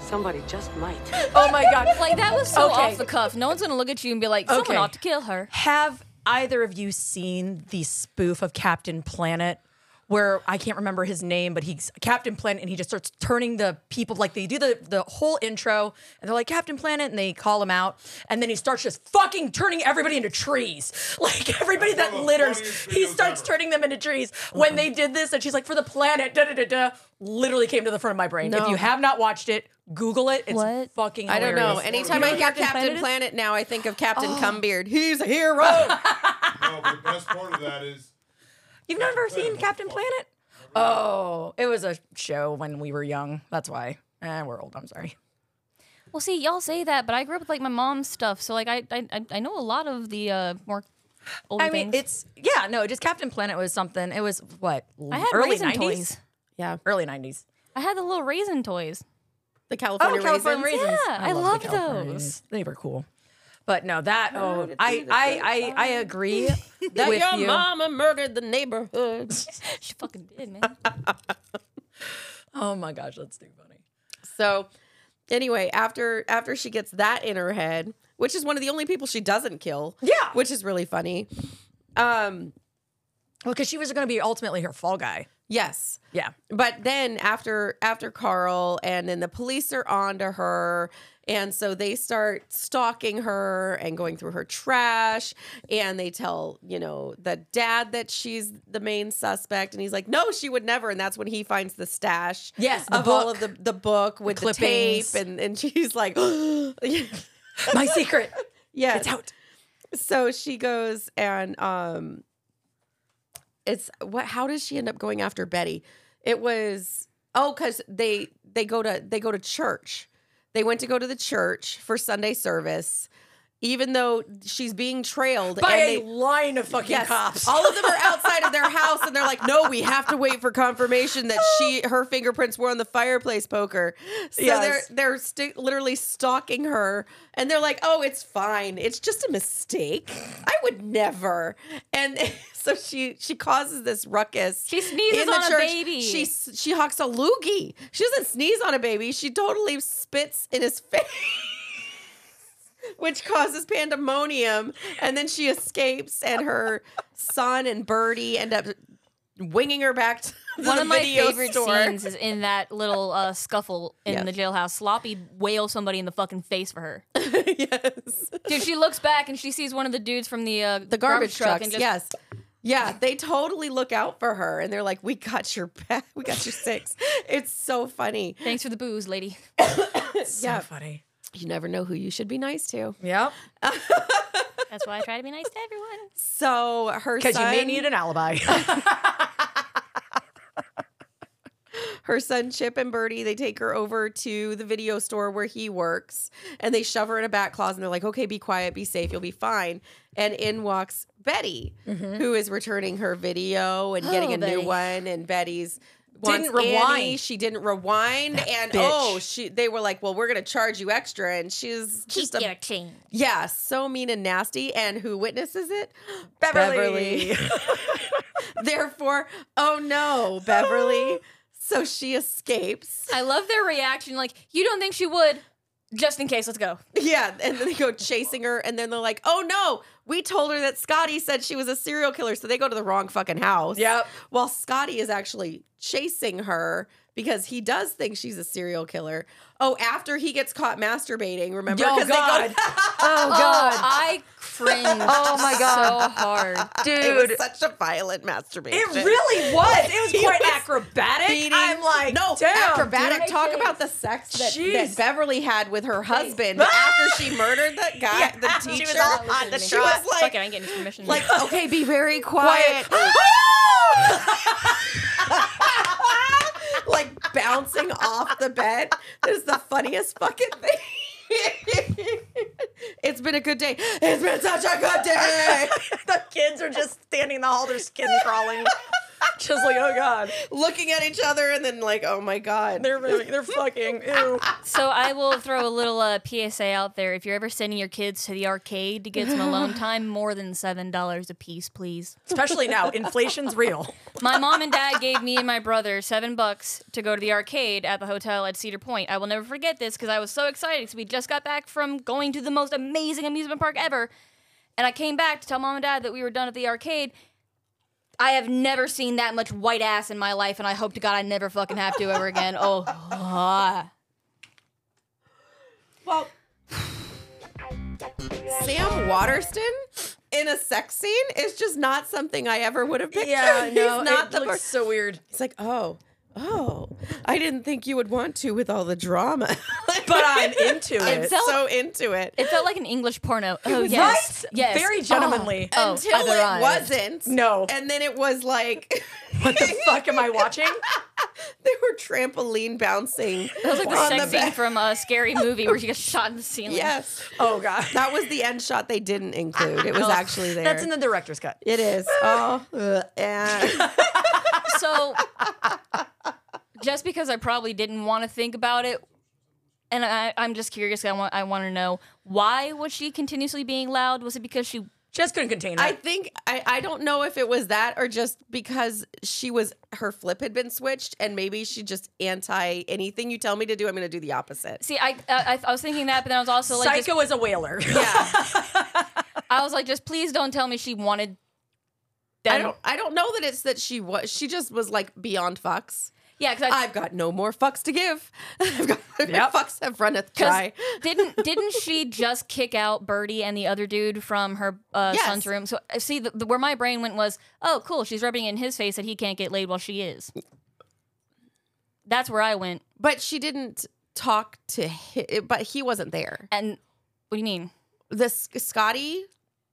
somebody just might.
Oh my god.
Like that was so
Okay.
off the cuff. No one's gonna look at you and be like, someone
Okay.
ought to kill her.
Have either of you seen the spoof of Captain Planet? Where I can't remember his name, but he's Captain Planet, and he just starts turning the people like they do the the whole intro, and they're like Captain Planet, and they call him out, and then he starts just fucking turning everybody into trees, like everybody that litters, he starts turning them into trees. When they did this, and she's like, "For the planet," da da da da, literally came to the front of my brain. If
No.
you have not watched it, Google it. It's
What?
fucking.
I don't know.
hilarious. Oh.
Anytime
You
I
who
hear Captain,
Planet
Planet,
is?
now, I think of Captain Cumbeard. He's a hero.
No, but the best part of that is
You've never seen Captain Planet? Oh, it was a show when we were young. That's why. Eh, we're old. I'm sorry.
Well, see, y'all say that, but I grew up with like my mom's stuff, so like I I, I- I know a lot of the uh, more older
I mean,
things.
it's yeah, no, just Captain Planet was something. It was what
I had
early
raisin
90s.
toys.
Yeah,
early 90s.
I had the little raisin toys.
The
oh, California raisins.
Yeah, I,
the
love
California
those.
raisins. They were cool. But no, that oh,
Heard it's
I
either
I I I agree
that
with
your
you.
mama murdered the neighborhood.
she fucking did, man.
Oh my gosh, that's too funny.
So anyway, after after she gets that in her head, which is one of the only people she doesn't kill.
Yeah.
Which is really funny. Um
Well, because she was going to be ultimately her fall guy.
yes.
Yeah.
But then after after Carl and then the police are on to her and so they start stalking her and going through her trash and they tell, you know, the dad that she's the main suspect and he's like, "No, she would never." And that's when he finds the stash
Yes, the
of all of the the book with the, tape
clippings.
and and she's like
My secret.
Yeah.
It's out.
So she goes and um it's what how does she end up going after Betty? It was oh cuz they they go to they go to church. They went to go to the church for Sunday service even though she's being trailed
By
and
a
they
line of fucking
Yes.
cops.
All of them are outside of their house and they're like, "No, we have to wait for confirmation that she her fingerprints were on the fireplace poker." So
Yes.
they're they're sti literally stalking her and they're like, "Oh, it's fine. It's just a mistake. I would never." And so she she causes this ruckus.
She sneezes on a baby.
She s- she hawks a loogie. She doesn't sneeze on a baby. She totally spits in his face which causes pandemonium. And then she escapes, and her son and Birdie end up winging her back to the
One of my
video
favorite
store.
scenes is in that little uh, scuffle in
Yes.
the jailhouse. Sloppy wails somebody in the fucking face for her. yes, dude. She looks back and she sees one of the dudes from the uh,
the garbage
truck
trucks.
and just
yes. Yeah, they totally look out for her and they're like, "We got your back. We got your six. It's so funny.
Thanks for the booze, lady.
yeah.
funny.
You never know who you should be nice to.
Yep.
That's why I try to be nice to everyone.
So her
Because you may
son-
need an alibi.
her son Chip and Bertie, they take her over to the video store where he works and they shove her in a back closet and they're like, okay, be quiet, be safe, you'll be fine. And in walks Betty,
Mhm.
who is returning her video and
Oh,
getting a
Betty.
new one. And Betty's
Didn't
wants Annie,
rewind.
she didn't rewind. and
bitch.
oh, she they were like, well, we're going to charge you extra. And she's just a,
change.
yeah, so mean and nasty. And who witnesses it? Beverly. Therefore, oh no, Beverly. so she escapes.
I love their reaction. Like, you don't think she would? Just in case, let's go.
Yeah, and then they go chasing her, and then they're like, "Oh no, we told her that Scotty said she was a serial killer," so they go to the wrong fucking house. Yep. While Scotty is actually chasing her because he does think she's a serial killer. Oh, after he gets caught masturbating, remember?
Oh,
'Cause they go-
God. Oh, God.
I cringed.
Oh, my God.
So hard,
It was such a violent masturbation.
It really was. It was
He
quite acrobatic. I'm like,
no,
damn,
acrobatic.
dude.
Talk about the sex that, that
Jeez. Ah!
Beverly had with her husband after she murdered that guy, the
Ah! Yeah,
teacher.
She was all on the
She was like,
Fuck it, I ain't getting his permission.
like, okay, be very quiet.
Quiet.
like bouncing off the bed. That is the funniest fucking thing. it's been a good day. It's been such a good day.
the kids are just standing in the hall, their skin crawling. just like, oh God.
Looking at each other and then like, oh my God.
They're they're fucking ew.
so I will throw a little uh, PSA out there. If you're ever sending your kids to the arcade to get some alone time, more than seven dollars a piece, please.
Especially now, inflation's real.
My mom and dad gave me and my brother seven bucks to go to the arcade at the hotel at Cedar Point. I will never forget this because I was so excited because we just got back from going to the most amazing amusement park ever. And I came back to tell mom and dad that we were done at the arcade. I have never seen that much white ass in my life, and I hope to God I never fucking have to ever again. Oh, ah.
Well, Sam Waterston in a sex scene is just not something I ever would have pictured.
Yeah, I know.
He's not
It
the
looks so weird.
It's like, oh, oh, I didn't think you would want to with all the drama. but
I'm into
I'm
it.
so into it.
it felt like an English porno. Oh
was-
yes,
Right?
yes,
Very gentlemanly.
Oh, oh,
Until
other
it
eyes.
wasn't.
No.
And then it was like,
what the fuck am I watching?
they were trampoline bouncing.
That was like the
on
sex
bed.
scene from a scary movie where she gets shot in the ceiling.
Yes.
Oh God.
That was the end shot they didn't include. It was
Oh,
actually there.
That's in the director's cut.
It is. Oh, ugh, and
so just because I probably didn't want to think about it, and I, I'm just curious. I want I want to know why was she continuously being loud? Was it because she
just couldn't contain it?
I think I, I don't know if it was that or just because she was her flip had been switched and maybe she just anti anything you tell me to do. I'm going to do the opposite.
See, I, I I was thinking that, but then I was also like,
Psycho
just,
is a whaler.
I was like, just please don't tell me she wanted.
I
Them.
don't. I don't know that it's that she was. She just was like beyond fucks.
Yeah, because
I've got no more fucks to give. I've got fucks have runneth
Because
dry.
didn't didn't she just kick out Birdie and the other dude from her uh,
Yes.
son's room? So uh, see, the, the, where my brain went was, oh, cool, she's rubbing it in his face that he can't get laid while she is. That's where I went.
But she didn't talk to him. But he wasn't there.
And what do you mean?
The Sc- Scotty,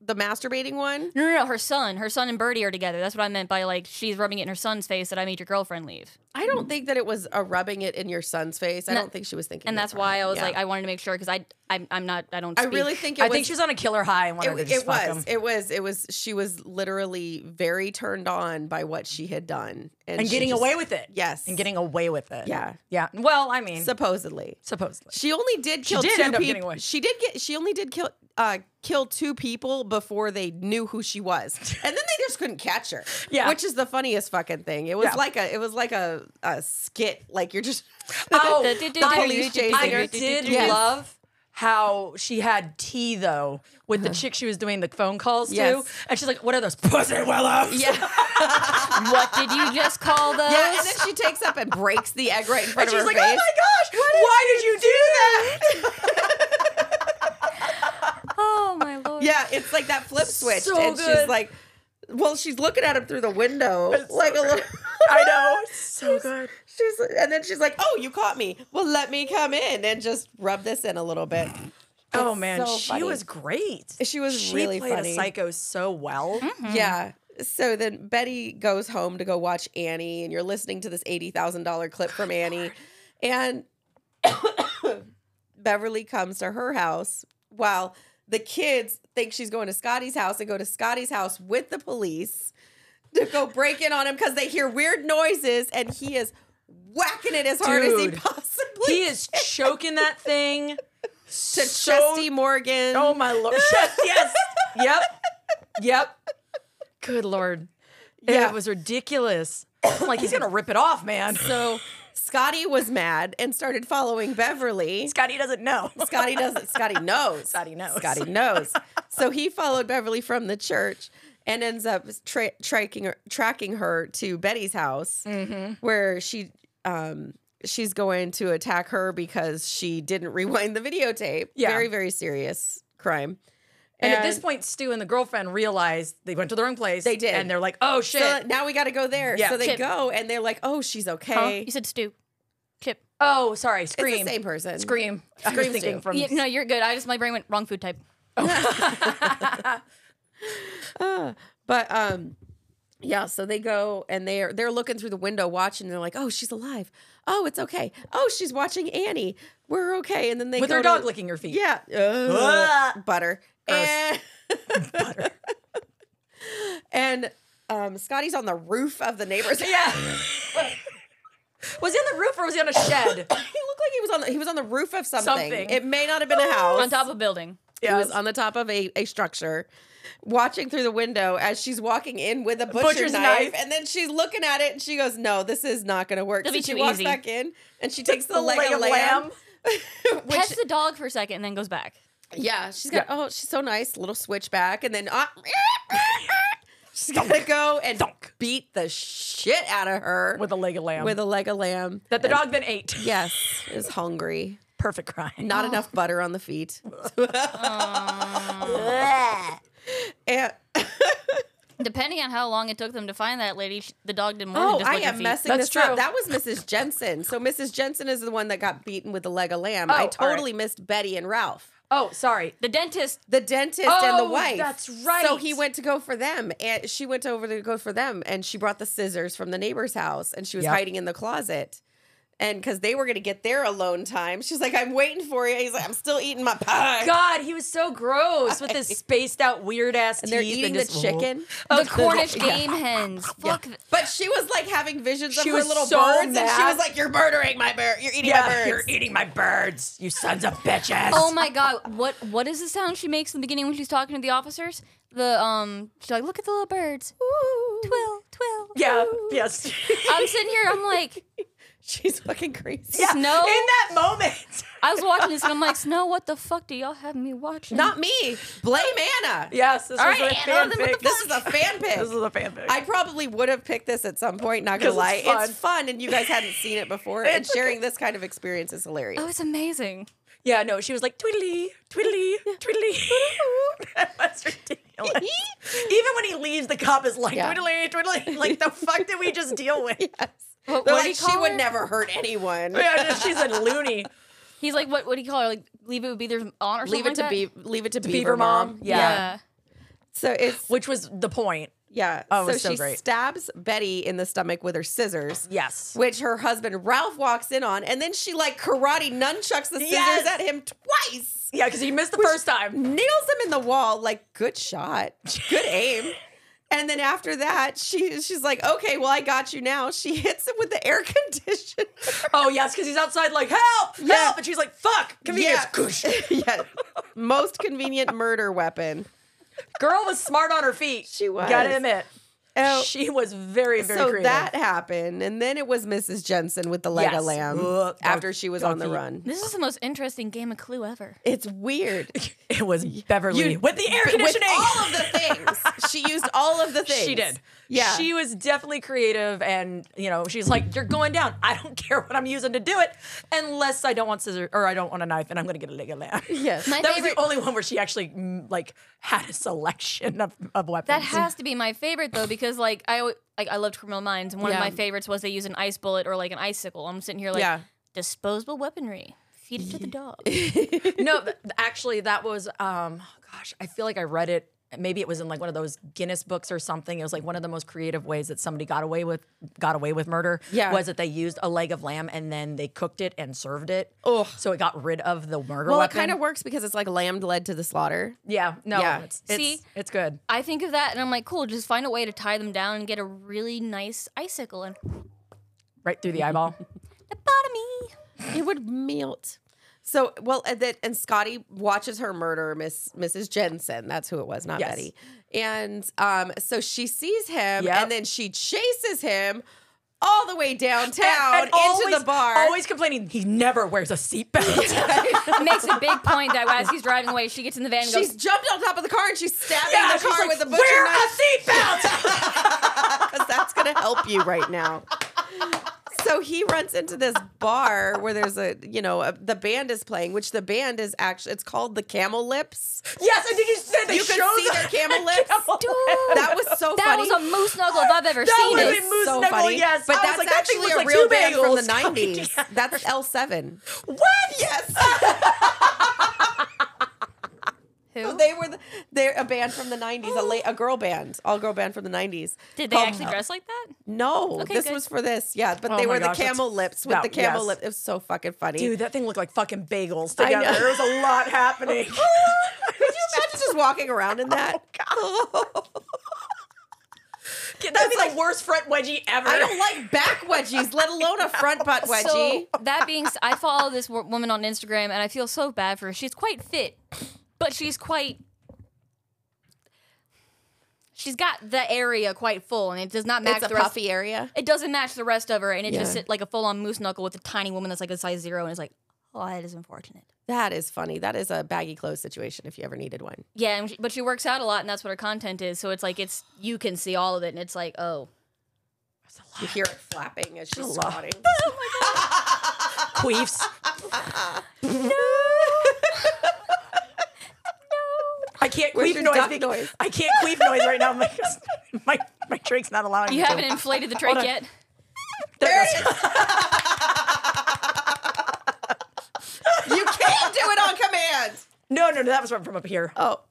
the masturbating one.
No, no, no. Her son, her son and Birdie are together. That's what I meant by like she's rubbing it in her son's face that I made your girlfriend leave.
I don't think that it was a rubbing it in your son's face. I
No.
don't think she was thinking.
And
that
that's
far.
why I was
Yeah.
like, I wanted to make sure because I, I'm, I'm not, I don't.
I
Speak.
really think it I was- think she was
on a killer high and
it, it was. It was. It was. She was literally very turned on by what she had done
and,
she
getting
just-
away with it.
Yes,
And getting away with it.
Yeah.
Yeah. Well, I mean,
supposedly.
supposedly.
She only did
She
kill
did
two
end up getting
people.
away.
She did get. She only did kill. Uh, kill two people before they knew who she was, and then they just couldn't catch her.
Yeah.
which is the funniest fucking thing. It was
Yeah.
like a. It was like a, a skit. Like you're just.
Oh,
the police chasing her.
I did love how she had tea though with the chick she was doing the phone calls
Yes.
to, and she's like, "What are those pussy willows?" Yeah. what did you just call those?
Yeah, and then she takes up and breaks the egg right in front
and she's
of her
like,
face.
"Oh my gosh, why did you do that?"
oh my lord.
Yeah, it's like that flip switch,
So
and she's
good.
like, "Well, she's looking at him through the window, like a little."
I know, so good.
She's and then she's like, "Oh, you caught me. Well, let me come in and just rub this in a little bit."
Oh
It's
man,
so
she
funny.
was great.
She was
she
really
played
funny.
a psycho so well.
Yeah. So then Betty goes home to go watch Annie, and you're listening to this eighty thousand dollar clip from Annie, and Beverly comes to her house while the kids think she's going to Scotty's house and go to Scotty's house with the police to go break in on him because they hear weird noises, and he is whacking it as hard as he
Dude.
possibly.
He is choking that thing
to Chesty Morgan.
Oh my lord! Yes, yes. yep, yep. Good lord,
Yeah.
it was ridiculous. I'm like he's gonna rip it off, man.
So Scotty was mad and started following Beverly.
Scotty doesn't know.
Scotty doesn't. Scotty knows. Scotty
knows.
Scotty knows. So he followed Beverly from the church and ends up tra- tracking her, tracking her to Betty's house,
Mm-hmm.
where she um she's going to attack her because she didn't rewind the videotape.
Yeah.
Very very serious crime.
And, at this point, Stu and the girlfriend realized they went to the wrong place. They
did.
and they're like, "Oh shit!"
So now we got to go there.
Yeah.
So they
Chip.
go and they're like, "Oh, she's okay."
You said Stu. Chip.
oh, sorry, scream.
same person.
Scream. I was
Scream
thinking
Stu.
from
Yeah, no, you're good. I just my brain went wrong food type.
Uh, but um yeah, so they go and they're they're looking through the window watching and they're like, "Oh, she's alive. Oh, it's okay. Oh, she's watching Annie. We're okay." And then they
with
go
her
to-
dog licking her feet. Ah.
Yeah.
Ugh.
butter. And, and um Scotty's on the roof of the neighbor's
Yeah. was he on the roof or was he on a shed?
he looked like he was on the, he was on the roof of something.
Something.
It may not have been a house.
On top of a building.
He was on the top of a, a structure, watching through the window as she's walking in with a butcher
Butcher's
knife,
knife.
and then she's looking at it and she goes, "No, this is not going to work."
It'll be
So she
too
walks
easy.
back in and she takes the, leg, of lamb.
Pets the dog for a second and then goes back.
Yeah, she's got oh, she's so nice, little switchback, and then uh, she's gonna go and beat the shit out of her
with a leg of lamb.
with a leg of lamb
that the dog then ate.
Yes, is hungry.
Perfect crime.
Not enough butter on the feet. and
Depending on how long it took them to find that lady, sh- the dog did more than
Oh,
just
I
lick her
am
feet.
messing this up. That was Mrs. Jensen. So Mrs. Jensen is the one that got beaten with the leg of lamb.
Oh,
I
all right.
totally missed Betty and Ralph.
Oh, sorry.
The dentist.
The dentist and the
Oh,
wife.
that's
So
right.
he went to go for them, and she went over to go for them, and she brought the scissors from the neighbor's house, and she was
Yep.
hiding in the closet. And because they were going to get their alone time, she's like, "I'm waiting for you." He's like, "I'm still eating my pie."
God, he was so gross with his spaced out weird ass
And
teeth.
they're eating the
just-
chicken.
Oh,
The Cornish
yeah.
game hens. Fuck. th-
But she was like having visions
She
of her
was
little
so
birds, and she
mad.
was like, "You're murdering my bird. You're eating my
Yeah,
birds.
you're eating my birds, you sons of bitches.
Oh my god. What what is the sound she makes in the beginning when she's talking to the officers? The um she's like, look at the little birds. Twill, twill.
Yeah, yes.
I'm sitting here, I'm like,
She's fucking crazy.
Yeah,
Snow.
In that moment.
I was watching this and I'm like, Snow, what the fuck do y'all have me watching?
Not me. Blame Anna.
Yes, this
All
was
right,
a
Anna,
fan
then what the
pick.
This is a fan pick.
This is a fanfic.
I probably would have picked this at some point, not gonna
'Cause
lie.
it's fun.
It's fun and you guys hadn't seen it before. and sharing this kind of experience is hilarious.
Oh, it's amazing.
yeah, no, she was like twiddly, twiddly, twiddly. that was ridiculous. Even when he leaves, the cop is like
Yeah.
twiddly, twiddly. Like the fuck did we just deal with?
What,
They're
what do
like,
you call
she
her?
would never hurt anyone.
Yeah, no, she's a loony.
He's like, what what do you call her? Like, leave it would be their on or
leave
something
it to
like
be
that?
leave it to, Beaver,
Beaver
Mom.
Mom.
Yeah.
Yeah.
So it's
Which was the point.
yeah.
Oh, it was
so
so
she
great.
stabs Betty in the stomach with her scissors.
Yes.
Which her husband Ralph walks in on, and then she like karate nunchucks the scissors
Yes.
at him twice.
Yeah, because he missed the first time.
nails him in the wall. Like, good shot, good aim. And then after that, she she's like, okay, well, I got you now. She hits him with the air conditioner.
Oh yes, because he's outside like help,
Yeah.
help, and she's like fuck, convenience. Goosh.
yeah. Most convenient murder weapon.
Girl was smart on her feet.
She was.
Gotta admit.
Oh.
She was very, very
so
creative.
that happened, and then it was Mrs. Jensen with the Lego
Yes.
lamb
Ugh,
after she was on the
donkey.
run.
This is the most interesting game of Clue ever.
It's weird.
it was Beverly with the air
But
conditioning.
With all of the things. she used all of the things.
She did.
Yeah.
She was definitely creative and, you know, she's like, you're going down. I don't care what I'm using to do it unless I don't want scissors or I don't want a knife and I'm going to get a Lego lamp.
Yes.
My
that was
favorite-
the only one where she actually, mm, like, had a selection of, of weapons.
That has to be my favorite though, because like I alwa- like I loved Criminal Minds, and one
Yeah.
of my favorites was they use an ice bullet or like an icicle. I'm sitting here like
Yeah.
disposable weaponry. Feed it to the dog.
no, th- actually, that was, um, gosh, I feel like I read it. Maybe it was in like one of those Guinness books or something. It was like one of the most creative ways that somebody got away with got away with murder.
Yeah.
was that they used a leg of lamb and then they cooked it and served it.
Oh,
so it got rid of the murder
Well,
weapon.
it kind of works because it's like lamb led to the slaughter.
yeah, no,
Yeah.
It's, it's,
See?
it's good.
I think of that and I'm like, cool, just find a way to tie them down and get a really nice icicle and
Right through the eyeball.
It would melt. So well, and then and Scotty watches her murder Miss Mrs. Jensen. That's who it was, not
Yes.
Betty. And um, so she sees him,
Yep.
and then she chases him all the way downtown
And
into
always-
the bar.
Always complaining he never wears a seatbelt.
makes a big point that as he's driving away, she gets in the van and
she's
goes,
jumped on top of the car and she's stabbing
Yeah,
the
she's
car
like,
with a butcher
"Wear a
knife. seatbelt because that's gonna help you right now. So he runs into this bar where there's a you know a, the band is playing, which the band is actually it's called the Camel Lips.
yes, and did you say they
you can
showed
see their
the-
camel lips. That was so
That
funny.
was a moose knuckle if I've ever
That
seen
was
it.
a moose
so
knuckle,
funny.
yes.
But
I was
that's
like, that thing was
actually a
like
real
two
band from the
bagels.
'90s. That's L7.
What?
Yes.
Who?
They were the, they're a band from the '90s, a, la- a girl band, all girl band from the '90s.
Did they
called-
actually dress like that?
No,
Okay,
Oh, this
good.
was for this. Yeah, but
Oh
they
my
were
gosh,
the
that's-
camel lips with
that-
the camel
yes.
lip. It was so fucking funny.
Dude, that thing looked like fucking bagels
I know.
together. There was a lot happening. Oh,
Could you imagine just walking around in that?
That'd be the worst front wedgie ever.
I don't like back wedgies, let alone a front butt wedgie.
So, that being said, I follow this wo- woman on Instagram and I feel so bad for her. She's quite fit, but she's quite. She's got the area quite full and it does not match
It's a
the rest.
puffy area.
It doesn't match the rest of her and it just
Yeah.
sit like a full on moose knuckle with a tiny woman that's like a size zero and it's like, oh, that is unfortunate.
That is funny. That is a baggy clothes situation if you ever needed one.
Yeah, and she, but she works out a lot and that's what her content is. So it's like, it's you can see all of it and it's like, oh.
You hear it flapping as she's
It's a lot.
squatting.
Queefs.
no.
I can't
Where's
queef
your
noise,
duck
bec-
noise?
I can't queef noise right now. My my, my trake's not allowing
You
me to.
haven't inflated the
Hold
trach
on.
yet?
There it
is. You can't do it on command.
No, no, no. That was from, from up here.
Oh.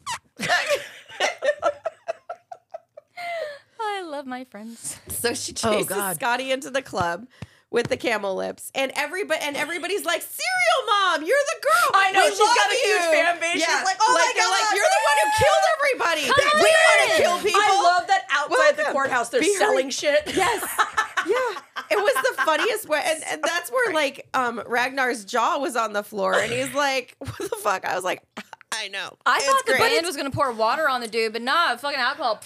I love my friends.
So she
Oh,
chases
God.
Scotty into the club with the camel lips, and everybody and everybody's like, "Serial mom, you're the girl."
I know,
We
she's
love
got a huge
you."
fan base. She's like, "Oh my
they're
God,
like, you're the one who killed everybody.
Come
we
on
want
in."
to kill people."
I love that outside the
Welcome.
courthouse they're
Be hurry-
selling shit.
Yes. Yeah. It was the funniest way. And, and that's where like um Ragnar's jaw was on the floor and he's like, What the fuck? I was like, I know. Oh,
I
It's
thought the
great.
band was going to pour water on the dude, but nah, fucking alcohol.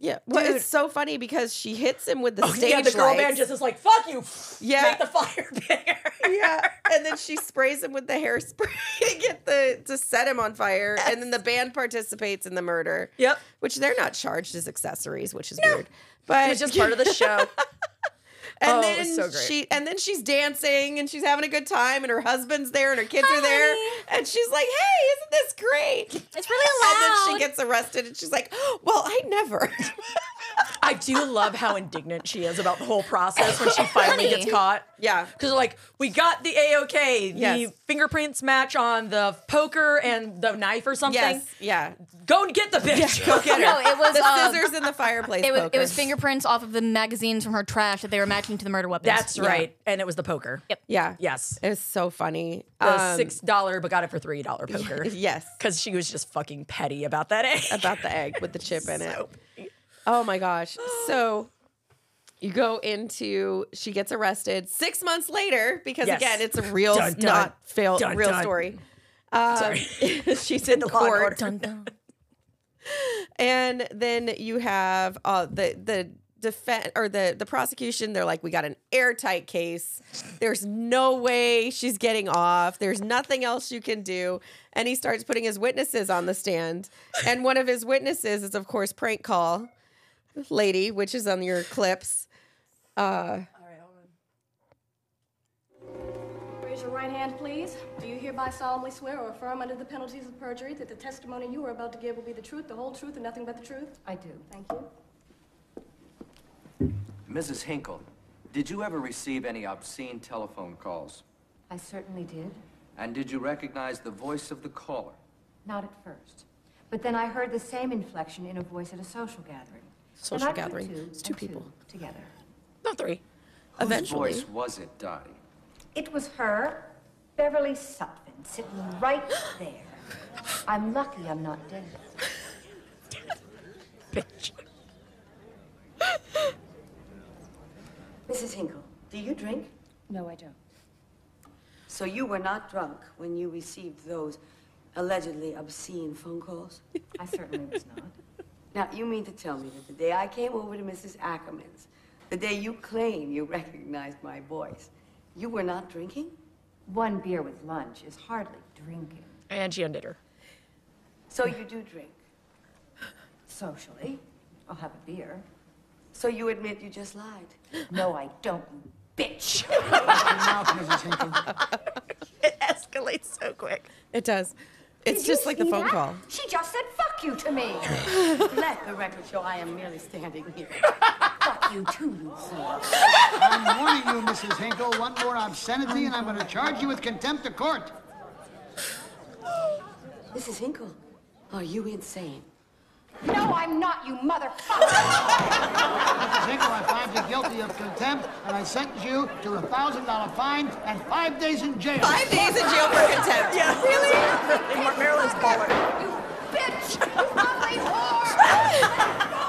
Yeah. Well, it's so funny because she hits him with the
Oh,
stage
yeah, the girl
lights.
band just is like, fuck you.
Yeah.
Make the fire bigger.
yeah. And then she sprays him with the hairspray to get the to set him on fire. And then the band participates in the murder.
Yep.
Which they're not charged as accessories, which is weird.
It
But
was just part of the show.
And
Oh, it
then
was so great.
she and then she's dancing and she's having a good time and her husband's there and her kids
Hi,
are there
honey.
and she's like, "Hey, isn't this great?"
It's really loud.
And then she gets arrested and she's like, "Oh, "Well, I never."
I do love how indignant she is about the whole process when she finally
Honey.
gets caught.
yeah.
Because like we got the AOK,
Yes.
the fingerprints match on the poker and the knife or something.
Yes. Yeah.
Go and get the bitch.
Go get her.
No, it was,
the
um,
scissors in the fireplace.
It was, it
poker.
was fingerprints off of the magazines from her trash that they were matching to the murder weapons.
That's right. And it was the poker. Yep.
Yeah.
Yes.
It was so funny.
The
Um,
six dollar, but got it for three dollar poker.
Yes.
Because she was just fucking petty about that egg.
about the egg with the chip in it. Oh my gosh. So you go into she gets arrested six months later because
Yes.
again it's a real
Dun, dun.
not fail
Dun,
real
dun.
story. Um,
Sorry.
she's in
Law and
court
Order.
and then you have uh, the the defense or the the prosecution. They're like, we got an airtight case. There's no way she's getting off. There's nothing else you can do. And he starts putting his witnesses on the stand. And one of his witnesses is, of course, prank call lady, which is on your clips. Uh,
Raise your right hand, please. Do you hereby solemnly swear or affirm under the penalties of perjury that the testimony you are about to give will be the truth, the whole truth, and nothing but the truth? I do. Thank you.
Mrs. Hinkle, did you ever receive any obscene telephone calls?
I certainly did.
And did you recognize the voice of the caller?
Not at first. But then I heard the same inflection in a voice at a social gathering.
Social
and I put
gathering.
Two
It's two
and
people.
two together.
Not three.
Whose
Eventually.
voice was it, Dottie?
It was her, Beverly Sutphin, sitting right there. I'm lucky I'm not dead.
Bitch.
Mrs. Hinkle, do you drink?
No, I don't.
So you were not drunk when you received those allegedly obscene phone calls?
I certainly was not.
Now, you mean to tell me that the day I came over to Mrs. Ackerman's, the day you claim you recognized my voice, you were not drinking?
One beer with lunch is hardly drinking.
And she undid her.
So you do drink?
Socially, I'll have a beer.
So you admit you just lied?
No, I don't, you bitch.
It escalates so quick. It does. It's
Did you
just like the
see
phone
that?
call.
She just said fuck you to me.
Let the record show I am merely standing here.
fuck you too, you whore.
I'm warning you, Mrs. Hinkle. One more obscenity, and I'm going to charge you with contempt of court.
Mrs. Hinkle, are you insane?
No, I'm not, you motherfucker.
Mrs. Hinkle, I find you guilty of contempt, and I sentence you to a thousand dollar fine and five days in jail.
Five days in jail for contempt. Yeah,
really? Maryland's baller.
bitch, you ugly whore.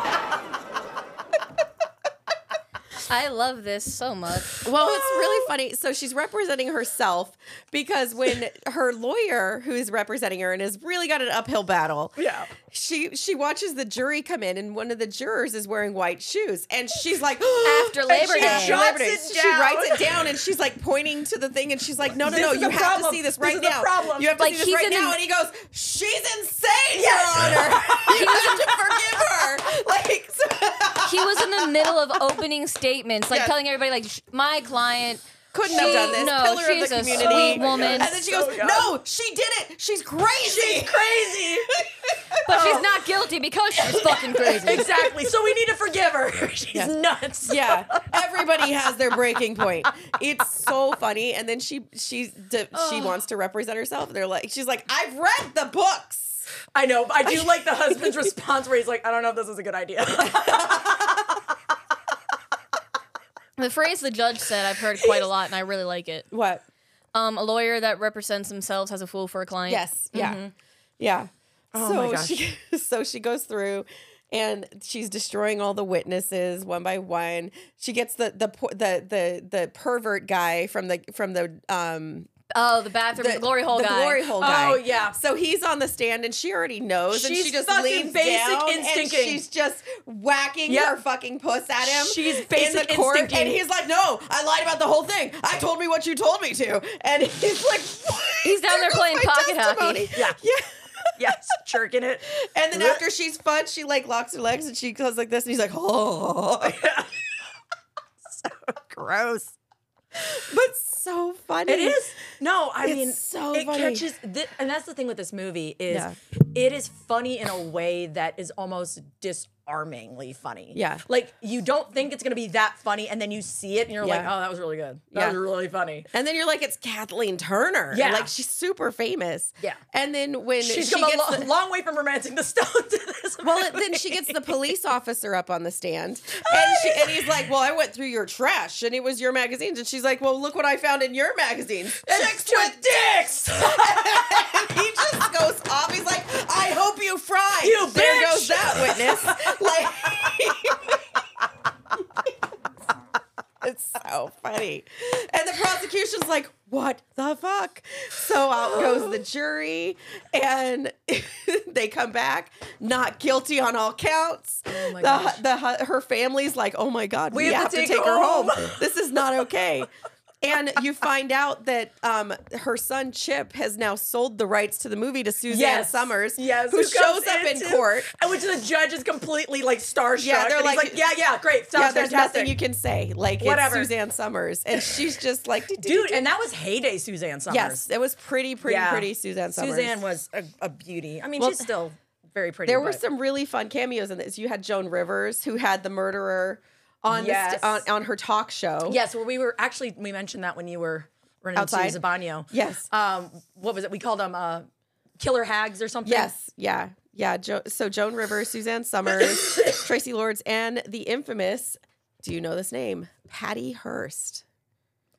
I love this so much.
Well, it's really funny. So she's representing herself because when her lawyer, who is representing her and has really got an uphill battle, yeah, she she watches the jury come in, and one of the jurors is wearing white shoes, and she's like,
After
and
Labor
she-
Day.
after
Jots
Labor Day,
it
she
down.
writes it down, and she's like pointing to the thing, and she's like, no, no,
This
no,
is
you
the
have
problem.
to see this
This
right
is the
now.
problem.
You have to
Like,
see this
he's
right
in
now,
an-
and he goes, she's insane, Your Honor. You have to forgive her. Like,
he was in the middle of opening statements, like
Yes.
telling everybody, like, "Sh- my client
couldn't have
she-
done this.
No,
Pillar
she's
of the
a
community.
sweet
And
woman.
then she goes,
Oh,
"No, she did it. She's crazy. She's crazy."
but
Oh.
she's not guilty because she was fucking crazy.
exactly. So we need to forgive her. She's nuts.
yeah, everybody has their breaking point. It's so funny. And then she she d- she wants to represent herself. They're like, she's like, "I've read the books."
I know. but I do like the husband's response where he's like, I don't know if this is a good idea.
The phrase the judge said I've heard quite a lot, and I really like it.
What?
Um, a lawyer that represents themselves has a fool for a client.
Yes. Yeah.
Mhm.
Yeah.
Oh
so
my gosh.
she so she goes through and she's destroying all the witnesses one by one. She gets the the po- the the the pervert guy from the from the um
Oh, the bathroom, the, glory hole
the
guy.
glory hole guy.
Oh, yeah.
So he's on the stand and she already knows and
She's
she just
fucking
leans
basic
down and
instincting.
she's just whacking
Yep.
her fucking puss at him.
She's
in the
basic
court
instincting.
and he's like, "No, I lied about the whole thing. I told me what you told me to." And he's like,
He's down there
goes
playing
my
pocket
testimony.
hockey.
Yeah.
Yeah.
yes, jerking it.
And then after she's fun, she like locks her legs and she goes like this, and he's like, oh, gross. But so funny.
It is. No, I
It's
mean,
so
it
funny.
catches, thi- and that's the thing with this movie is
Yeah.
it is funny in a way that is almost disarmingly funny.
Yeah.
like you don't think it's gonna be that funny, and then you see it, and you're like,
Yeah.
oh, that was really good. That
Yeah.
was really funny.
And then you're like, it's Kathleen Turner.
Yeah.
like she's super famous.
Yeah.
And then when
She's
she
come a
gets
lo-
the-
long way from romancing the stone to this.
well, it- then she gets the police officer up on the stand, and, she, and he's like, "Well, I went through your trash, and it was your magazines." And she's like, "Well, look what I found in your magazines: chicks with dicks." and he just goes off. He's like, "I hope you fry."
You
there
bitch!
goes that witness. Like, it's so so oh, funny. And the prosecution's like, what the fuck? So out goes the jury, and they come back not guilty on all counts.
Oh my
the,
gosh.
the hu- her family's like, oh my god, we, have, to take, her home. this is not okay. And you find out that um, her son Chip has now sold the rights to the movie to Suzanne
Yes.
Summers,
Yes,
who
comes
shows up in
too,
court.
and which the judge is completely like starstruck.
Yeah, they're
and he's
like,
yeah, yeah, great, sounds
yeah, there's
fantastic.
nothing you can say. Like
Whatever.
it's Suzanne Summers, and she's just like,
dude. And that was heyday Suzanne Summers.
Yes, it was pretty, pretty,
Yeah.
pretty Suzanne Summers.
Suzanne was a, a beauty. I mean,
Well,
she's still very pretty.
There were
but-
some really fun cameos in this. You had Joan Rivers, who had the murderer on the
Yes.
st- on, on her talk show.
Yes, well, we were actually we mentioned that when you were running
Outside?
to Zabano.
Yes.
Um, what was it? We called them uh, killer hags or something.
Yes. Yeah. Yeah. Jo- so Joan Rivers, Suzanne Summers, Tracy Lords, and the infamous. Do you know this name? Patty Hearst.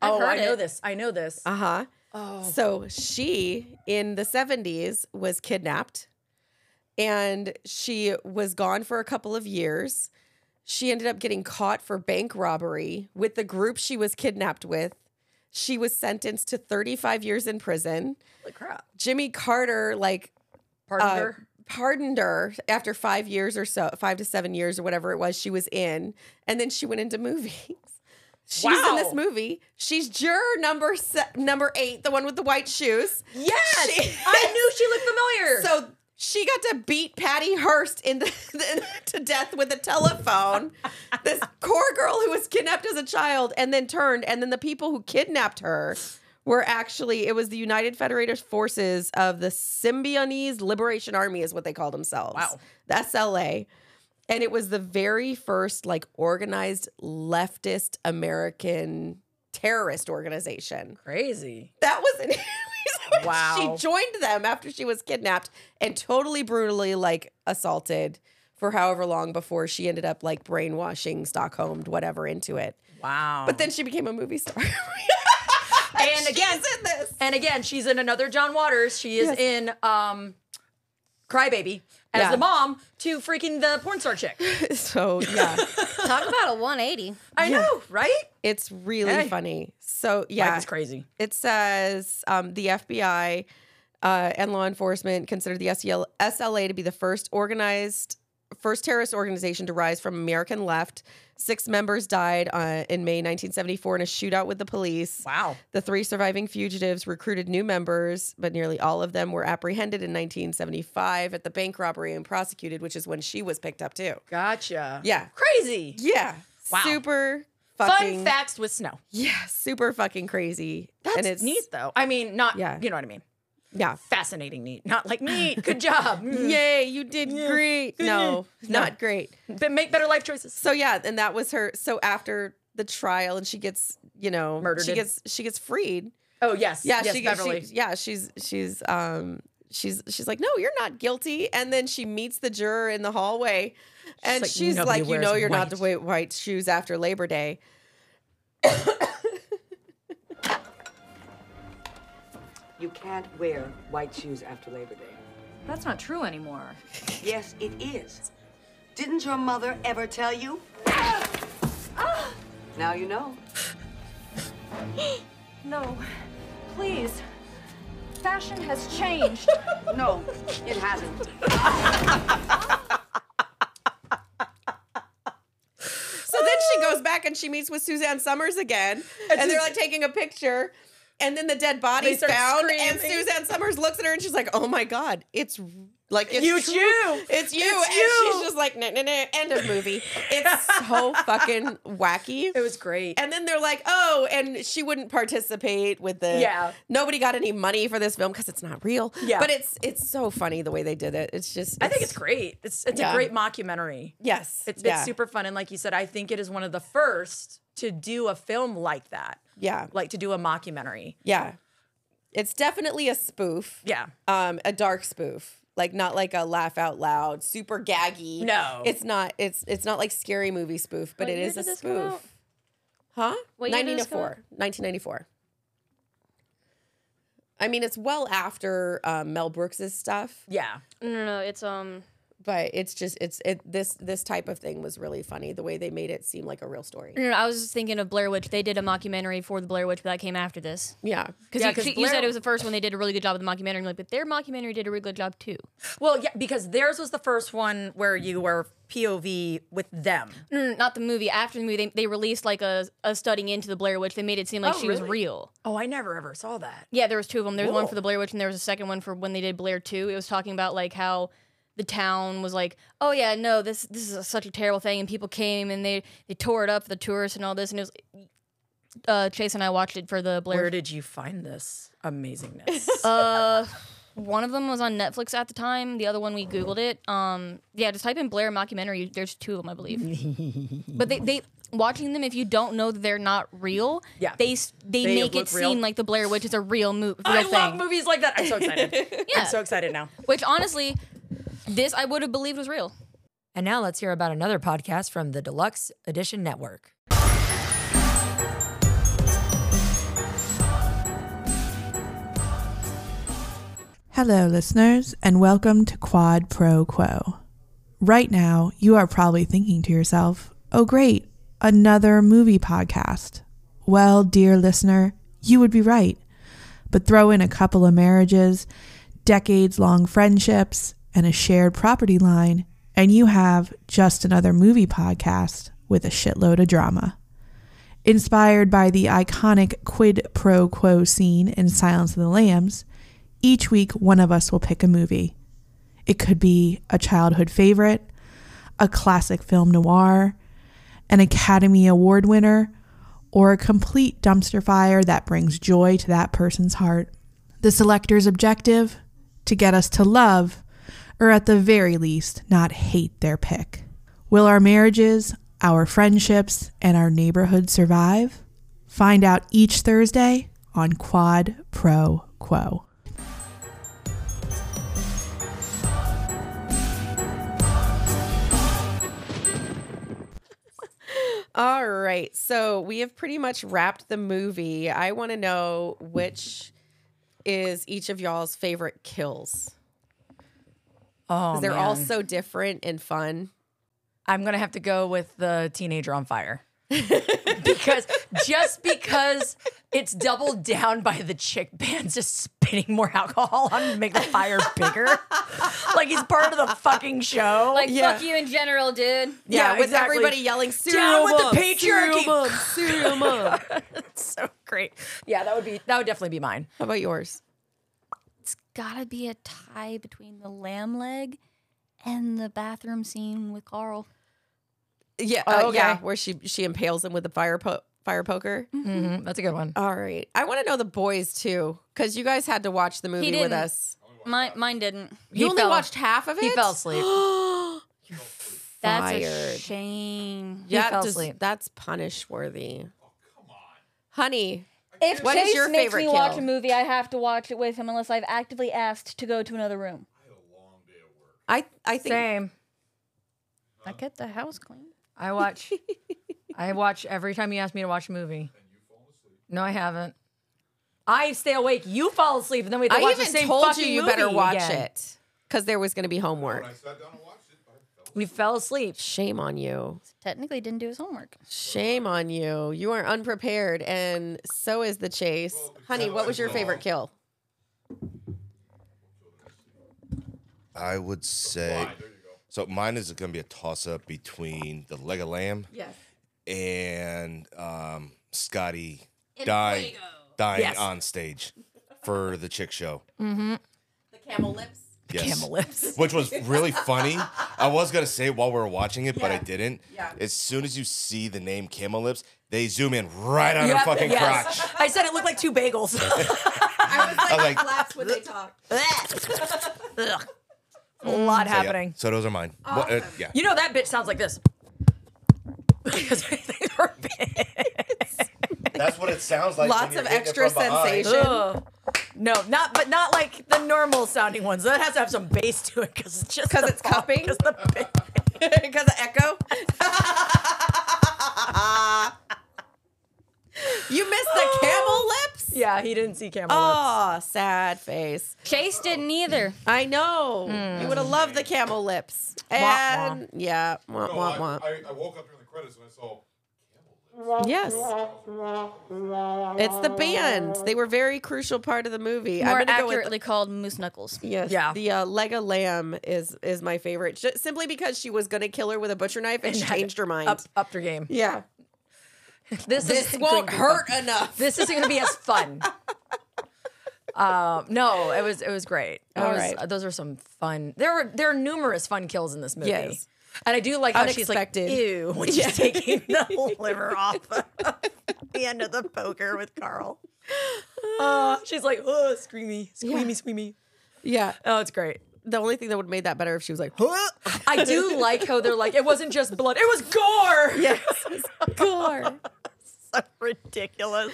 oh,
I've heard
I know
it.
this. I know this.
Uh huh.
Oh.
So she in the 70s was kidnapped and she was gone for a couple of years. She ended up getting caught for bank robbery with the group she was kidnapped with. She was sentenced to 35 years in prison.
Holy crap.
Jimmy Carter, like,
Pardoned
uh,
her?
Pardoned her after five years or so, five to seven years or whatever it was she was in. And then she went into movies. She's in this
Wow.
movie. She's juror number se- number eight, the one with the white shoes.
Yes, I knew she looked familiar.
So she got to beat Patty Hearst in the, to death with a telephone. this poor girl who was kidnapped as a child and then turned, and then the people who kidnapped her were actually it was the United Federated Forces of the Symbionese Liberation Army is what they called themselves. Wow, the SLA. And it was the very first like organized leftist American terrorist organization.
Crazy.
That was an
Wow.
she joined them after she was kidnapped and totally brutally like assaulted for however long before she ended up like brainwashing Stockholmed whatever into it.
Wow.
But then she became a movie star.
and again, and again, she's in another John Waters. She is
Yes.
in um, Crybaby as
Yeah.
the mom to freaking the porn star chick.
so yeah,
Talk about a 180.
I know, right?
it's really
Hey.
funny. So yeah,
is crazy.
It says um, the FBI uh, and law enforcement consider the E SEL- SLA to be the first organized, first terrorist organization to rise from American left. Six members died uh, in May 1974 in a shootout with the police.
Wow.
The three surviving fugitives recruited new members, but nearly all of them were apprehended in 1975 at the bank robbery and prosecuted, which is when she was picked up too.
Gotcha.
Yeah.
Crazy.
Yeah.
Wow.
Super fucking
Fun facts with snow.
Yeah, super fucking crazy.
That's
and it's
neat though. I mean, not
Yeah.
you know what I mean.
Yeah.
Fascinating neat. Not like neat. Good job. Mm.
Yay, you did great.
Good
No,
news.
not great.
But make better life choices.
So yeah, and that was her. So after the trial, and she gets, you know,
Murdered
She
in-
gets, she gets freed.
Oh yes.
Yeah,
yes,
she gets,
Beverly.
she, yeah, she's, she's, um, she's, she's like, no, you're not guilty. And then she meets the juror in the hallway, and
like,
she's
"Nobody
like, you
wears
know, you're not the white white shoes after Labor Day.
You can't wear white shoes after Labor Day.
That's not true anymore.
Yes, it is. Didn't your mother ever tell you? Ah. Now you know.
No, please. Fashion has changed.
No, it hasn't.
So then she goes back and she meets with Suzanne Summers again, and, they're like taking a picture. And then the dead body's
start
found, and
screaming.
Suzanne Summers looks at her and she's like, "Oh my god, it's r- like it's
You too.
it's you."
It's
and
you.
she's just like, "No, no, no." End of movie. It's so fucking wacky.
It was great.
And then they're like, "Oh," and she wouldn't participate with the.
Yeah.
Nobody got any money for this film because it's not real.
Yeah.
But it's it's so funny the way they did it. It's just.
I think it's great. It's it's
Yeah.
a great mockumentary.
Yes.
It's,
Yeah.
it's super fun. And like you said, I think it is one of the first to do a film like that.
Yeah.
Like to do a mockumentary.
Yeah. It's definitely a spoof.
Yeah.
Um, a dark spoof. Like not like a laugh out loud, super gaggy.
No.
It's not it's it's not like scary movie spoof, but
What
it
year
is a
did this come out?
spoof. oh Huh?
What year did this come
1904. 1994. I mean, it's well after um, Mel Brooks's stuff,
Yeah.
No, no, no. It's um.
but it's just it's it this this type of thing was really funny the way they made it seem like a real story.
No, no, I was just thinking of Blair Witch. They did a mockumentary for the Blair Witch, but that came after this.
Yeah,
Because
Yeah,
you,
'cause
you
Blair-
said it was the first one they did a really good job with the mockumentary, and like, but their mockumentary did a really good job too.
Well, yeah, because theirs was the first one where you were POV with them.
No, no, no, Mm, not the movie. After the movie, they, they released like a, a studying into the Blair Witch. They made it seem like
Oh,
she was
really?
real.
Oh, I never ever saw that.
Yeah, there was two of them. There was one for
Cool.
the Blair Witch, and there was a second one for when they did Blair Two. It was talking about like how the town was like, oh yeah, no, this this is such a terrible thing, and people came and they they tore it up for the tourists and all this, and it was. Uh, Chase and I watched it for the Blair.
Where did you find this amazingness?
uh, one of them was on Netflix at the time. The other one we googled it. Um, yeah, just type in Blair mockumentary. There's two of them, I believe. but they, they watching them. If you don't know that they're not real, yeah, they s- they,
They
make
look
it
real.
seem like the Blair Witch is a real movie.
I love movies like that. I'm so excited. I'm so excited now.
Which honestly, this I would have believed was real.
And now let's hear about another podcast from the Deluxe Edition Network.
Hello, listeners, and welcome to Quad Pro Quo. Right now, you are probably thinking to yourself, oh, great, another movie podcast. Well, dear listener, you would be right. But throw in a couple of marriages, decades long friendships, and a shared property line, and you have just another movie podcast with a shitload of drama. Inspired by the iconic quid pro quo scene in Silence of the Lambs, each week one of us will pick a movie. It could be a childhood favorite, a classic film noir, an Academy Award winner, or a complete dumpster fire that brings joy to that person's heart. The selector's objective? To get us to love, or at the very least, not hate their pick. Will our marriages, our friendships, and our neighborhood survive? Find out each Thursday on Quad Pro Quo.
All right. So we have pretty much wrapped the movie. I want to know which is each of y'all's favorite kills.
Oh,
'Cause they're all
man.
so different and fun.
I'm gonna have to go with the teenager on fire because just because it's doubled down by the chick bands just spitting more alcohol on to make the fire bigger. like he's part of the fucking show.
Like fuck you in general, dude.
Yeah, Yeah, with exactly. everybody yelling, "Serial Down with the mom, serial patriarchy." mom, serial mom. It's so great. Yeah, that would be that would definitely be mine.
How about yours?
It's gotta be a tie between the lamb leg and the bathroom scene with Carl.
Yeah,
Oh,
uh, yeah,
okay.
where she she impales him with a fire po- fire poker. Mm-hmm.
Mhm,
Mm-hmm, that's a good one.
All right, I want to know the boys too, because you guys had to watch the movie
he
with
didn't.
us.
Mine, mine didn't.
You only watched half of it.
He fell asleep. That's a
Fired.
shame.
Yeah, Mm-hmm. does- that's punish worthy. Oh, come on, honey.
If
what is
Chase
your
makes
favorite
me
kill?
watch a movie, I have to watch it with him unless I've actively asked to go to another room.
I I think
Same.
I get the house clean.
I watch. I watch every time you ask me to watch a movie. No, I haven't. I stay awake. You fall asleep, and then we. have to
I
watch
even
the same
told you
fucking
you better
movie
watch
again.
it because there was going to be homework.
We fell asleep.
Shame on you.
Technically, didn't do his homework.
Shame on you. You are unprepared, and so is the chase. Honey, what was your favorite kill?
I would say. So mine is going to be a toss up between the leg of lamb
Yes.
and um, Scotty
In
dying,
Fuego.
dying
Yes.
on stage for the chick show.
Mm-hmm.
The camel lips.
Yes.
Camel lips.
Which was really funny. I was gonna say it while we were watching it, but I
Yeah.
didn't.
Yeah.
As soon as you see the name Camel Lips, they zoom in right on her
Yep,
fucking
yes.
crotch.
I said it looked like two bagels.
I was like,
Collapse when they talk.
Ugh. A lot
So, yeah.
happening.
So those are mine. Well, uh, Mm. yeah.
You know that bitch sounds like this.
That's what it sounds like.
Lots
when
of
you're hitting it
extra
from behind.
sensation. No, not but not like the normal sounding ones. That has to have some bass to it because it's just because it's cupping because the
because of echo. You missed the camel lips?
Yeah, he didn't see camel
oh, lips. Oh, sad face.
Chase didn't either. Hmm.
I know. You would have loved the camel lips. And yeah, womp,
No,
womp,
I,
womp.
I, I woke up during the credits and I saw.
Yes. It's the band. They were very crucial part of the movie.
More
I'm gonna go with-
accurately called Moose Knuckles.
Yes. Yeah. The uh, Lega Lamb is is my favorite, Ju- simply because she was gonna kill her with a butcher knife and, she changed her mind.
Up, upped her game.
Yeah.
This,
This
isn't
won't
gonna be
hurt
fun.
enough.
This isn't going to be as fun. um, no, it was it was great. It
All
was- uh,
right.
those are some fun. There were there are numerous fun kills in this movie.
Yes.
And I do like how
Unexpected.
she's like, ew, when she's
Yeah.
taking the liver off of the end of the poker with Carl. Uh, she's like, oh, screamy, screamy, squeamy.
Yeah.
Oh, it's great.
The only thing that would have made that better if she was like, huh?
I do like how they're like, it wasn't just blood, it was gore.
Yes, gore.
so ridiculous.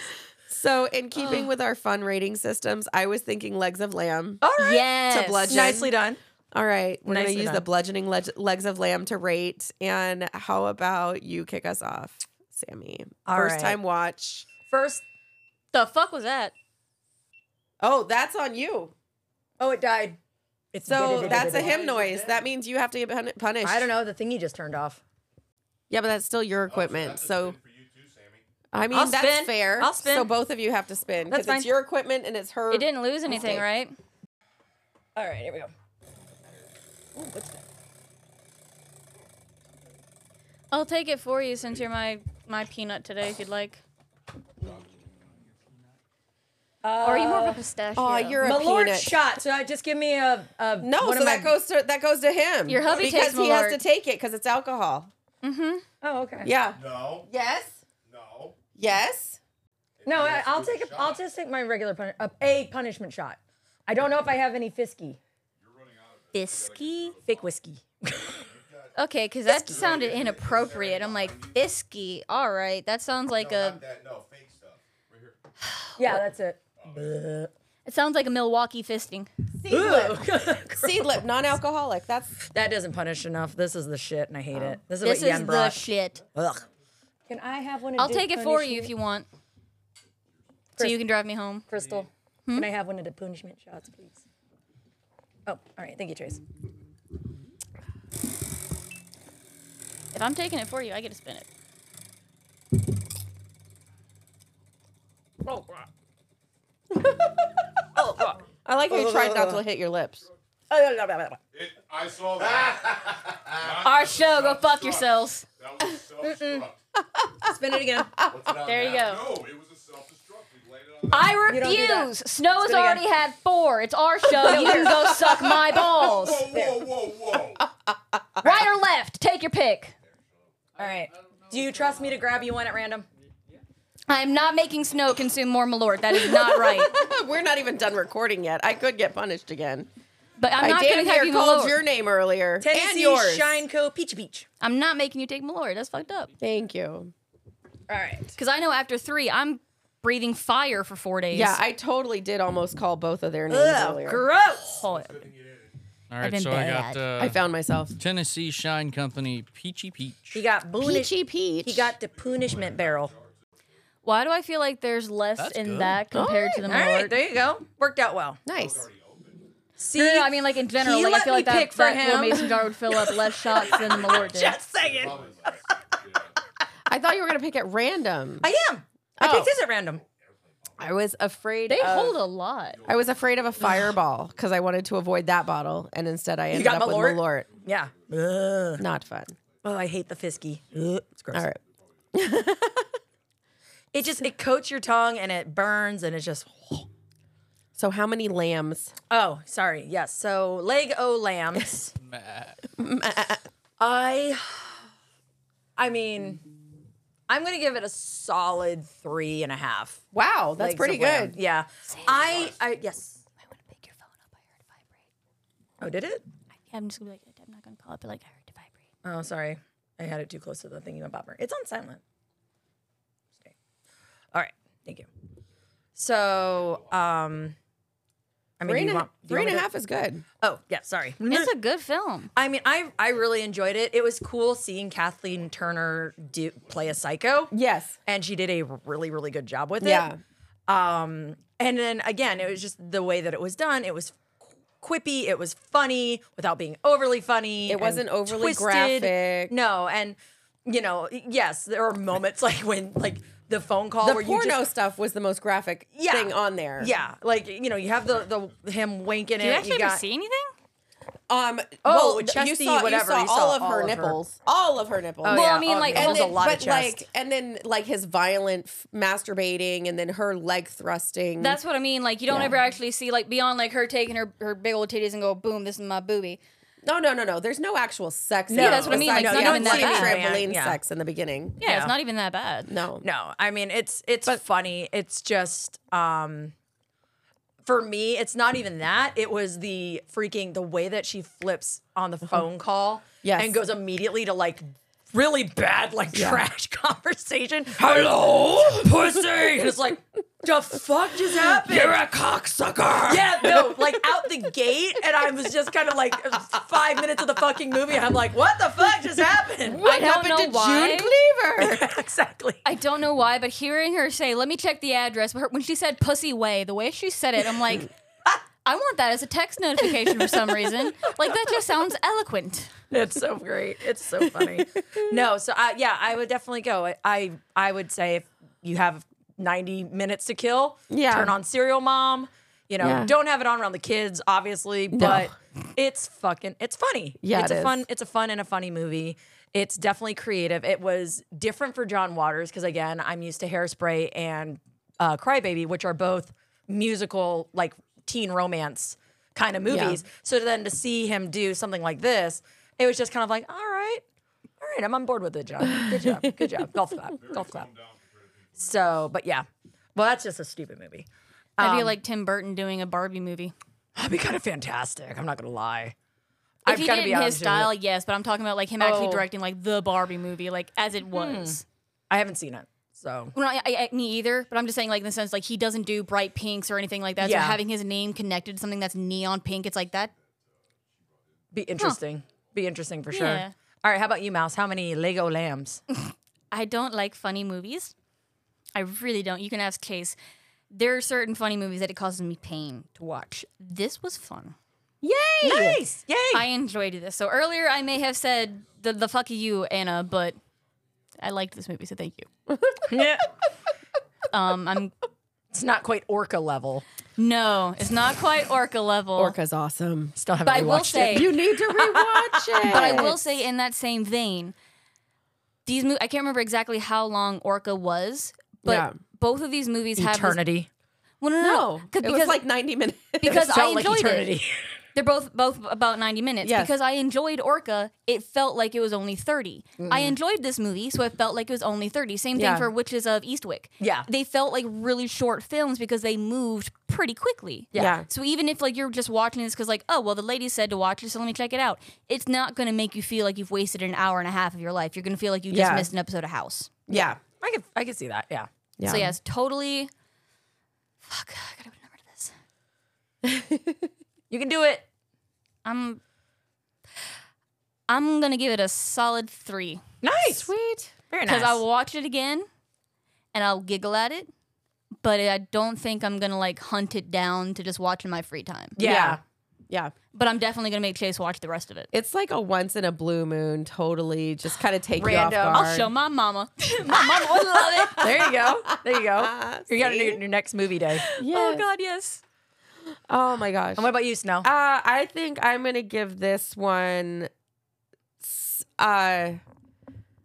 So, in keeping with our fun rating systems, I was thinking legs of lamb.
All right.
Yes.
To bludgeon.
Nicely done.
All right. We're going to
Nicely
use the
done.
bludgeoning leg- legs of lamb to rate. And how about you kick us off, Sammy?
All
First
right.
time watch.
First,
the fuck was that?
Oh, that's on you.
Oh, it died. It's
So that's a him noise. That means you have to get pun- punished.
I don't know. The thingy just turned off.
Yeah, but that's still your equipment. so I mean,
I'll
that's
spin.
fair.
I'll spin.
So both of you have to spin
That's
because
fine.
it's your equipment and it's her.
It didn't lose anything,
mistake.
right?
All right, here we go. Ooh, what's that?
I'll take it for you since you're my my peanut today, if you'd like.
Uh,
or are you more of a pistachio?
aw, you're a
My lord
peanut.
shot. So uh, just give me a, a
No,
one
so
of
that
my-
goes to that goes to him.
Your hubby
because
takes
he has
Malort.
to take it because it's alcohol.
Mm-hmm.
Oh, okay.
Yeah.
No.
Yes. No. Yes.
No, I, I'll take a, I'll just take my regular pun- uh, a punishment shot. I don't know if I have any fisky.
Fisky?
Fake whiskey.
Okay, because that sounded inappropriate. I'm like, fisky. All right, that sounds like a.
Yeah, that's it.
Oh,
It sounds like a Milwaukee fisting.
Seedlip. Seedlip, non-alcoholic. That's
That doesn't punish enough. This is the shit, and I hate it. This is
This
what Yen
is the
brought.
shit.
Ugh. Can I have one?
I'll take it for you if you want, so you can drive me home.
Crystal,
Hmm?
can I have one of the punishment shots, please? Oh, all right. Thank you, Trace.
If I'm taking it for you, I get to spin it.
I like how you tried not to hit your lips.
It, I saw that.
Our show, go fuck yourselves.
that was self-destruct.
Spin it again.
There you go.
No, it was a self-destruct. We laid it on.
I
You don't do that.
refuse. Snow has
Spin again.
already had four. It's our show. You can go suck my balls.
Whoa, whoa, whoa, whoa!
Right or left, take your pick.
All right. Do you trust me to grab you one at random?
I'm not making Snow consume more Malort. That is not right.
We're not even done recording yet. I could get punished again.
But I'm
I
not
damn
going to
near
have you
called
Malort.
your name earlier and
Tennessee
yours.
Shineco Peachy Beach.
I'm not making you take Malort. That's fucked up.
Thank you.
All right.
Because I know after three, I'm breathing fire for four days.
Yeah, I totally did almost call both of their names
Ugh,
earlier.
gross.
All
I've
right,
been
so I
bad.
got. Uh,
I found myself
Tennessee Shine Company Peachy Peach.
He got boonish-
Peachy Peach.
He got the punishment barrel.
Why do I feel like there's less in that
Oh,
compared to the
All
Malort?
right, there you go. Worked out well.
Nice.
See,
no, no, no, I mean like in general,
he
like I
let
feel
me
like that,
pick for
that little
him.
mason jar would fill up less shots than the Malort did.
Just saying.
I thought you were gonna pick at random.
I am. I picked this at random. Uh,
I was afraid.
Oh. They
of-
hold a lot.
I was afraid of a fireball because I wanted to avoid that bottle, and instead I ended
got
up with
Malort?
Malort.
Yeah.
Not fun.
Oh, I hate the fisky. Ugh, it's gross.
All right.
It just it coats your tongue and it burns and it's just
So how many lambs?
oh sorry yes so leg o lambs. I I mean I'm gonna give it a solid three and a half.
Wow, that's
legs
pretty
of lamb.
good.
Yeah. I I yes. I want to pick your phone up. I heard it vibrate. Oh, did it?
I'm just gonna be like, I'm not gonna call it, but like I heard it vibrate.
Oh, sorry. I had it too close to the thingy about bopper. It's on silent. Stay. All right. Thank you. So, um, I mean,
Three and
you
a-
want,
three and a half
is
is good.
Oh yeah, sorry.
It's a good film.
I mean, I I really enjoyed it. It was cool seeing Kathleen Turner do, play a psycho.
Yes,
and she did a really really good job with
Yeah.
it. Um, and then again, it was just the way that it was done. It was quippy. It was funny without being overly funny.
It
and
wasn't overly
twisted.
graphic.
No, and you know, yes, there are moments like when like the phone call
the
where you
porno
just,
stuff was the most graphic
Yeah.
thing on there.
Yeah, like you know, you have the the him winking.
Did you
it,
actually ever
got,
see
anything?
Um.
Oh,
well,
chesty,
you saw,
whatever,
You saw,
you saw
all of
all
her
of her.
nipples. All of her nipples.
Oh, Well, yeah, I mean, all of like, her.
and
almost
then,
a lot of
but
chest.
like, and then like his violent f- masturbating, and then her leg thrusting.
That's what I mean. Like you don't
Yeah.
ever actually see like beyond like her taking her, her big old titties and go boom, this is my boobie.
No, no, no, no. There's no actual sex.
Yeah, that's what I mean. Like,
Besides-
it's
yeah,
not even
it's
that bad.
even trampoline
Yeah.
sex in the beginning.
Yeah, it's not even that bad.
No.
No, I mean it's it's funny. It's just um for me, it's not even that. It was the freaking the way that she flips on the phone call
Yes.
and goes immediately to like really bad like trash conversation.
Hello,
pussy. And it's like the fuck just happened?
You're a
cocksucker. Yeah, no, like out the gate, and I was just kind of like five minutes of the fucking movie, and I'm like, what the fuck just happened?
What I don't happened know to why.
June Cleaver?
exactly.
I don't know why, but hearing her say, "Let me check the address," but her, when she said "pussy way," the way she said it, I'm like, I want that as a text notification for some reason. Like that just sounds eloquent.
It's so great. It's so funny. no, so I, yeah, I would definitely go. I, I I would say if you have 90 minutes to kill,
Yeah.
turn on Serial Mom. You know,
Yeah.
don't have it on around the kids, obviously,
No.
but it's fucking it's funny.
Yeah,
it's
it
a
is.
fun it's a fun and a funny movie. It's definitely creative. It was different for John Waters because again, I'm used to Hairspray and uh, Crybaby, which are both musical like teen romance kind of
Yeah.
movies. So then to see him do something like this, it was just kind of like, all right, all right, I'm on board with it, John. Good job, good job. Golf clap, golf clap. So, but yeah, well, that's just a stupid movie.
I'd be
Um,
like Tim Burton doing a Barbie movie.
That'd be kind of fantastic. I'm not gonna lie.
If
I've
he did
gotta
it
be
in his
honest with you.
style, yes, but I'm talking about like him actually
Oh. Hmm.
directing like the Barbie movie, like as it was.
I haven't seen it, so
Well, I, I, I- me either, but I'm just saying, like in the sense, like he doesn't do bright pinks or anything like that.
Yeah.
So having his name connected to something that's neon pink, it's like that.
be interesting. Be interesting for sure.
Yeah.
All right, how about you, Mouse? How many Lego lambs?
I don't like funny movies. I really don't. You can ask Case. There are certain funny movies that it causes me pain to watch. This was fun.
Yay!
Nice! Yay!
I enjoyed this. So earlier I may have said the the fuck you, Anna, but I liked this movie, so thank you.
yeah.
Um, I'm.
It's not quite Orca level.
No, it's not quite Orca level.
Orca's awesome.
Still
But I will say
you need to rewatch it.
But I will say in that same vein, these mo- I can't remember exactly how long Orca was, but
Yeah.
both of these movies have this-
Eternity.
well, no, no, no.
No,
'Cause-
it was like 90 minutes.
because
It
I
felt like
enjoyed
eternity.
it. They're both both about ninety minutes.
Yes.
Because I enjoyed Orca, it felt like it was only 30 I enjoyed this movie, so it felt like it was only thirty. Same thing
Yeah.
for Witches of Eastwick.
Yeah.
they felt like really short films because they moved pretty quickly.
Yeah. Yeah.
So even if like you're just watching this because like oh well the lady said to watch it, so let me check it out. It's not going to make you feel like you've wasted an hour and a half of your life. You're going to feel like you just
Yeah.
missed an episode of House.
Yeah.
I could I could see that. Yeah.
So yes, totally.
You can do it.
I'm I'm gonna give it a solid three.
Nice.
Sweet.
Very
Because
nice.
I'll watch it again and I'll giggle at it. But I don't think I'm gonna like hunt it down to just watch in my free time.
Yeah. Yeah.
But I'm definitely gonna make Chase watch the rest of it.
It's like a once in a blue moon, totally just kind of take you off
Random.
guard.
I'll show my mama. my mama would love it.
There you go. There you
Ah,
go. You got to do your next movie day.
Oh god, yes.
Oh my gosh.
And what about you, Snow?
Uh, I think I'm gonna give this one. s- Uh,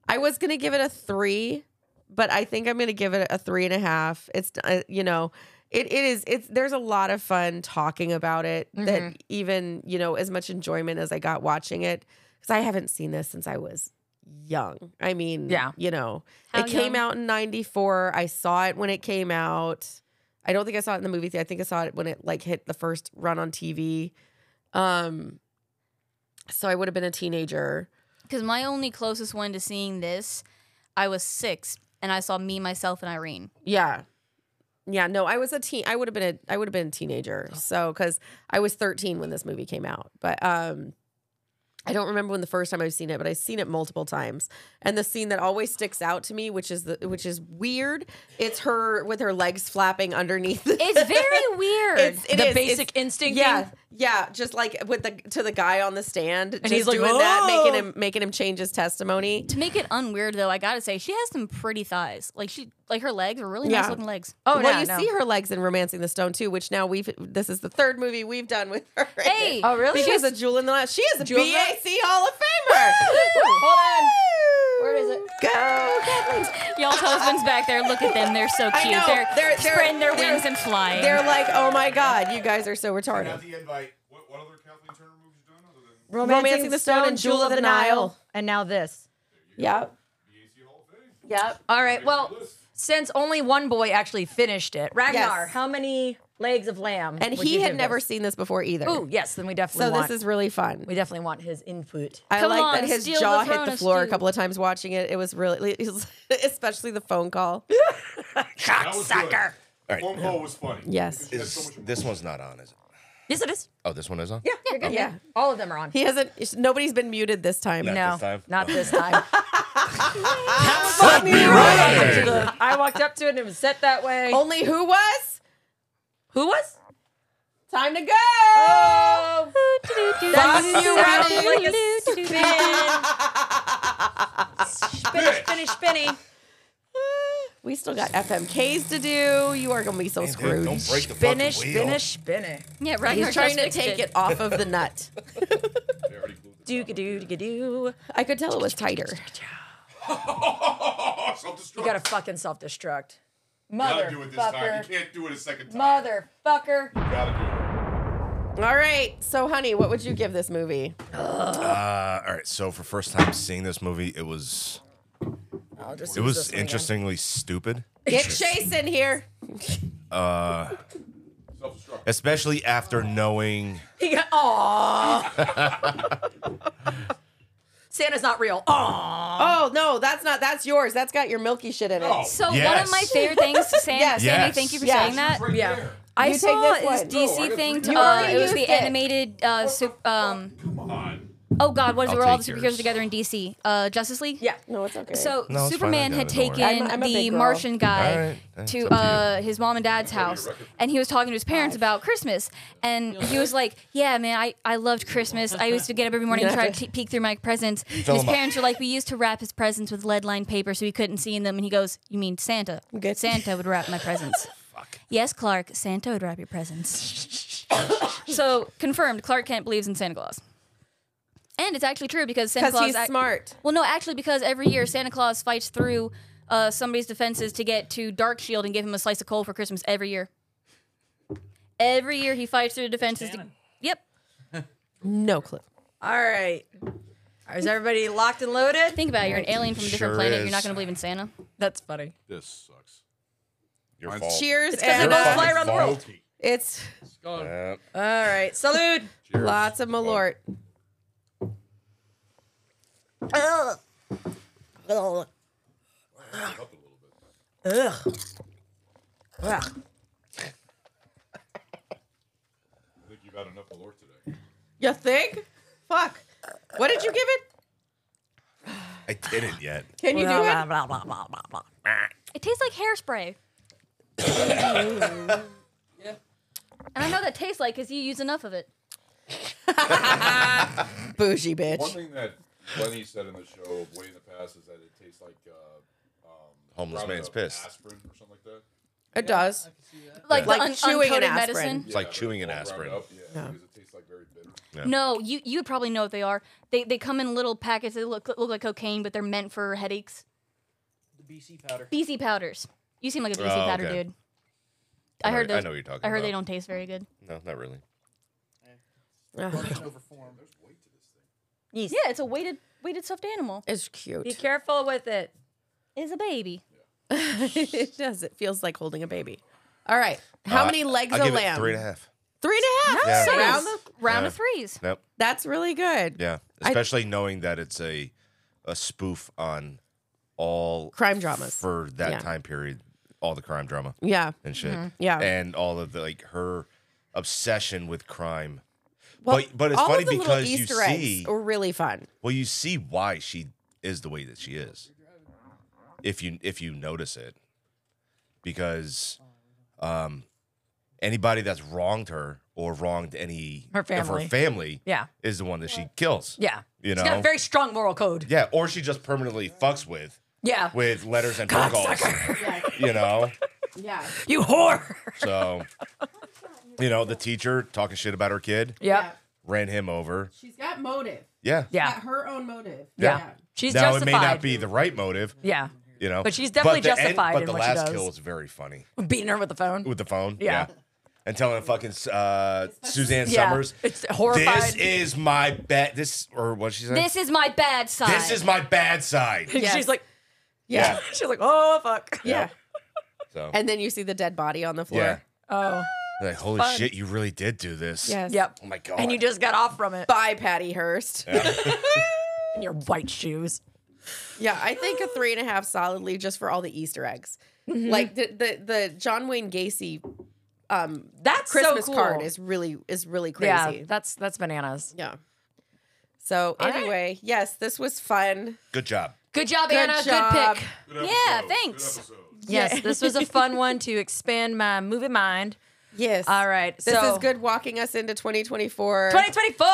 I was gonna give it a three, but I think I'm gonna give it a three and a half. It's uh, you know, it it is. It's there's a lot of fun talking about it. That
Mhm.
even you know as much enjoyment as I got watching it because I haven't seen this since I was young. I mean,
Yeah.
you know,
How
it came
young?
out in 94. I saw it when it came out. I don't think I saw it in the movie theater. I think I saw it when it like hit the first run on TV. Um so I would have been a teenager.
Because my only closest one to seeing this, I was six and I saw me, myself, and Irene.
Yeah. Yeah, no, I was a teen. I would have been a I would have been a teenager.
Oh.
So because I was 13 when this movie came out, but um, I don't remember when the first time I've seen it, but I've seen it multiple times. And the scene that always sticks out to me, which is the which is weird, it's her with her legs flapping underneath.
It's very weird.
It's, it
The
is,
basic
it's-
instinct
Yeah,
thing?
yeah, just like with the to the guy on the stand, and
he's like,
doing that,
"Whoa!"
making him making him change his testimony.
To make it unweird though, I gotta say she has some pretty thighs. Like she, like her legs are really nice looking legs.
Oh, well, you see her legs in *Romancing the Stone* too, which now we've. This is the third movie we've done with her.
Hey,
oh really? She
because-
is a jewel in the last. She is a
Jewel in the-
BAC Hall of Famer.
Hold
on.
Where is it?
Go, Kathleen.
Y'all's husbands back there. Look at them. They're so
I
cute.
know.
They're,
They're- they're-
spreading their
they're-
wings and flying.
They're like, oh my god, you guys are so retarded.
Romancing,
Romancing the Stone and Jewel of the Nile.
And now this.
Yep.
Yep. All right. Well, since only one boy actually finished it, Ragnar,
Yes.
how many legs of lamb?
And
would
he
you
had
give
never
this?
seen this before either.
Ooh, yes. Then we definitely.
so
want,
this is really fun.
We definitely want his input.
I like that his jaw hit the floor a couple of times watching it. It was really, especially the phone call.
Cocksucker.
All right.
Phone call was funny.
Yes.
Is, this one's not on, is it?
Yes, it is.
Oh, this one is on?
Yeah, you're good.
Yeah.
all of them are on.
He hasn't. Nobody's been muted this time.
Not
No, this time?
Not this time.
Fuck me right.
I walked up to it and it was set that way.
Only who was?
Who was?
Time to go.
Oh. That
Fuck you,
sounds like a spin.
Ronnie.
Spinny, spinny, spinny.
We still got FMKs to do. You are gonna be so
Hey, dude,
screwed.
don't break the fucking
Spinach,
wheel.
spinach, spinach.
yeah, right.
He's trying to take it off of the nut.
Doo doo doo doo.
I could tell it was tighter.
You gotta fucking self destruct.
gotta do it this time.
Motherfucker.
You can't do it a second time.
Motherfucker.
You gotta
All right. So, honey, what would you give this movie?
Uh, all right. So for first time seeing this movie, it was it was interestingly stupid.
Get Chase in here.
Uh, especially after knowing
He got, aw. Santa's not real. Aw. Oh.
Oh no, that's not. That's yours. That's got your milky shit in it.
So one of my
Yes.
favorite things, Sam,
Yes.
Sandy,
Yes.
thank you for
Yes.
saying that.
Yeah.
I
You take
saw
this
this
one.
DC
No,
thing.
I
To,
agree.
uh,
You
it was the
used it.
animated. Uh, sup- um,
do it. Come on.
oh God, what is it?
I'll
Where all the
take
superheroes
yours.
together in DC? Uh, Justice League.
Yeah.
No, it's okay.
So
No, it's fine, I
Superman
got
had
it, don't
taken
worry.
I'm a- I'm a
the
big girl.
Martian
All
guy
right, that's
to
up to you.
uh, his mom and dad's house, and he was talking to his parents about Christmas, and he was like, "Yeah, man, I, I loved Christmas. I used to get up every morning and try to peek through my presents." And
Fill
his
'em up.
parents were like, "We used to wrap his presents with lead-lined paper so he couldn't see in them." And he goes, "You mean Santa?
Good.
Santa would wrap my presents." Yes, Clark, Santa would wrap your presents. so confirmed, Clark Kent believes in Santa Claus. And it's actually true because Santa
'Cause
Claus
he's smart.
Well, no, actually, because every year Santa Claus fights through uh, somebody's defenses to get to Dark Shield and give him a slice of coal for Christmas every year. Every year he fights through the defenses. To, yep.
no clue.
All right. Is everybody locked and loaded?
Think about it. You're an alien from a different
Sure
planet. You're
is.
not going to believe in Santa.
That's funny.
This sucks.
your
Mine's-
fault.
Cheers,
It's 'cause they
and
both
uh,
fly around the world.
Faulty.
it's
Yeah.
All right. Salute.
lots of Malort.
Ugh. Ugh. Ugh.
I think you've had enough of Lord today.
You think? Fuck. What did you give it?
I didn't yet.
Can you do
Blah,
it?
blah, blah, blah, blah, blah.
It tastes like hairspray. And I know that tastes like because you use enough of it.
Bougie
One
bitch.
thing that Lenny said in the show way in the past is that it tastes like uh, um,
Homeless
ground
man's
up
piss.
aspirin or something like that.
It does.
Like,
Like
the un-
chewing an
uncoated
aspirin.
medicine.
It's like chewing an
all ground
aspirin.
up, yeah, because it tastes like very bitter.
No, you you would probably know what they are. They they come in little packets. They look look like cocaine, but they're meant for headaches.
The BC powder.
BC powders. You seem like a BC
Oh,
powder
okay.
dude. I,
I know-
heard
I
those.
know what you're talking
I heard they
about.
don't taste very good.
No, not really.
Uh-huh.
Yeast.
Yeah, it's a weighted weighted stuffed animal.
It's
Be
cute.
careful with it.
It's a baby.
it does. It feels like holding a baby. All right. How
Uh,
many legs
I'll
of
give it
lamb?
three and a half.
Three and a half.
Nice. Yeah.
Round the-
Round of
Yeah.
threes.
Nope.
that's really good.
Yeah.
I-
Especially knowing that it's a a spoof on all
Crime dramas.
for that
Yeah.
time period. all the crime drama.
Yeah.
And shit.
Mhm. Yeah.
And all of the like her obsession with crime.
Well,
but but it's
all
funny
of the little
because you
Easter eggs
see
were really fun.
well you see why she is the way that she is. If you if you notice it. Because um anybody that's wronged her or wronged any
Her
of her
family.
family
Yeah.
is the one that she kills.
Yeah.
You know.
She's got a very strong moral code.
Yeah, or she just permanently fucks with.
Yeah.
With letters and phone calls. You know.
Yeah.
You whore.
So, you know, the teacher talking shit about her kid.
Yeah.
Ran him over.
She's got motive.
Yeah.
She's got her own motive.
now it may not be the right motive.
Yeah.
You know.
But she's definitely
the end-
justified
but
in
the
what she
last
does.
kill is very funny
Beating her with the phone.
with the phone.
Yeah.
And telling fucking uh, Suzanne
Yeah.
Summers,
It's horrified.
This is my bad. This or what she said.
This is my bad side.
This is my bad side.
She's like,
Yeah.
She's like, oh fuck.
Yeah.
Yeah.
So
And then you see the dead body on the floor.
Oh. Yeah.
Oh.
like, holy
fun.
shit, you really did do this.
Yes.
Yep.
Oh my god.
And you just got off from it.
Bye, Patty Hearst.
Yeah.
In your white shoes.
Yeah, I think a three and a half solidly just for all the Easter eggs.
Mhm.
Like the, the the John Wayne Gacy um
That's so
Christmas
cool.
card is really is really crazy.
Yeah, that's that's bananas.
Yeah. So
All right.
anyway, yes, this was fun.
Good job.
Good job,
Good
Anna.
job.
Good pick. yeah, thanks.
Yes, this was a fun one to expand my movie mind.
Yes.
All right.
This
so
is good walking us into 2024.
2024.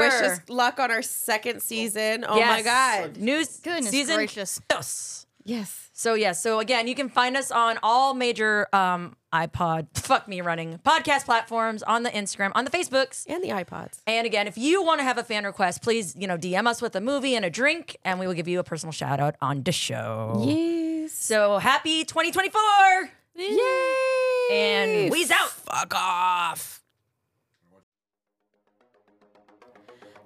Wish us luck on our second season. Oh my
Yes.
god.
New s-
Goodness
season.
gracious.
Yes.
Yes.
So yeah. So again, you can find us on all major um iPod. Fuck me running podcast platforms on the Instagram, on the Facebooks,
and the iPods.
And again, if you want to have a fan request, please you know DM us with a movie and a drink, and we will give you a personal shout out on the show.
Yes.
So happy 2024.
Yay.
And we's out.
Fuck off.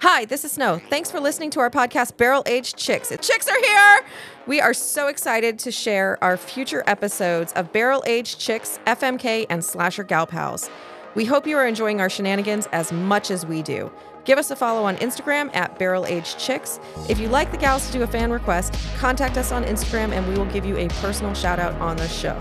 Hi, this is Snow. Thanks for listening to our podcast, Barrel Aged Chicks. Chicks are here! We are so excited to share our future episodes of Barrel Aged Chicks, FMK, and Slasher Gal Pals. We hope you are enjoying our shenanigans as much as we do. Give us a follow on Instagram at Barrel Aged Chicks. If you like the gals to do a fan request, contact us on Instagram and we will give you a personal shout out on the show.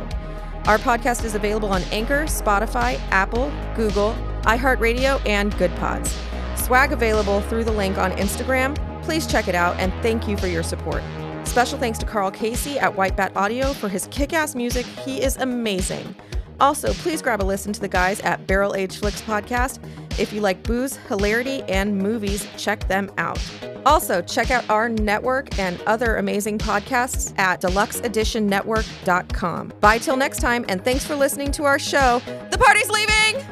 Our podcast is available on Anchor, Spotify, Apple, Google, iHeartRadio, and Good Pods. Swag available through the link on Instagram. Please check it out and thank you for your support. Special thanks to Carl Casey at White Bat Audio for his kick ass music. He is amazing. Also, please grab a listen to the guys at Barrel Age Flicks Podcast. If you like booze, hilarity, and movies, check them out. Also, check out our network and other amazing podcasts at deluxeeditionnetwork.com. Bye till next time, and thanks for listening to our show. The party's leaving!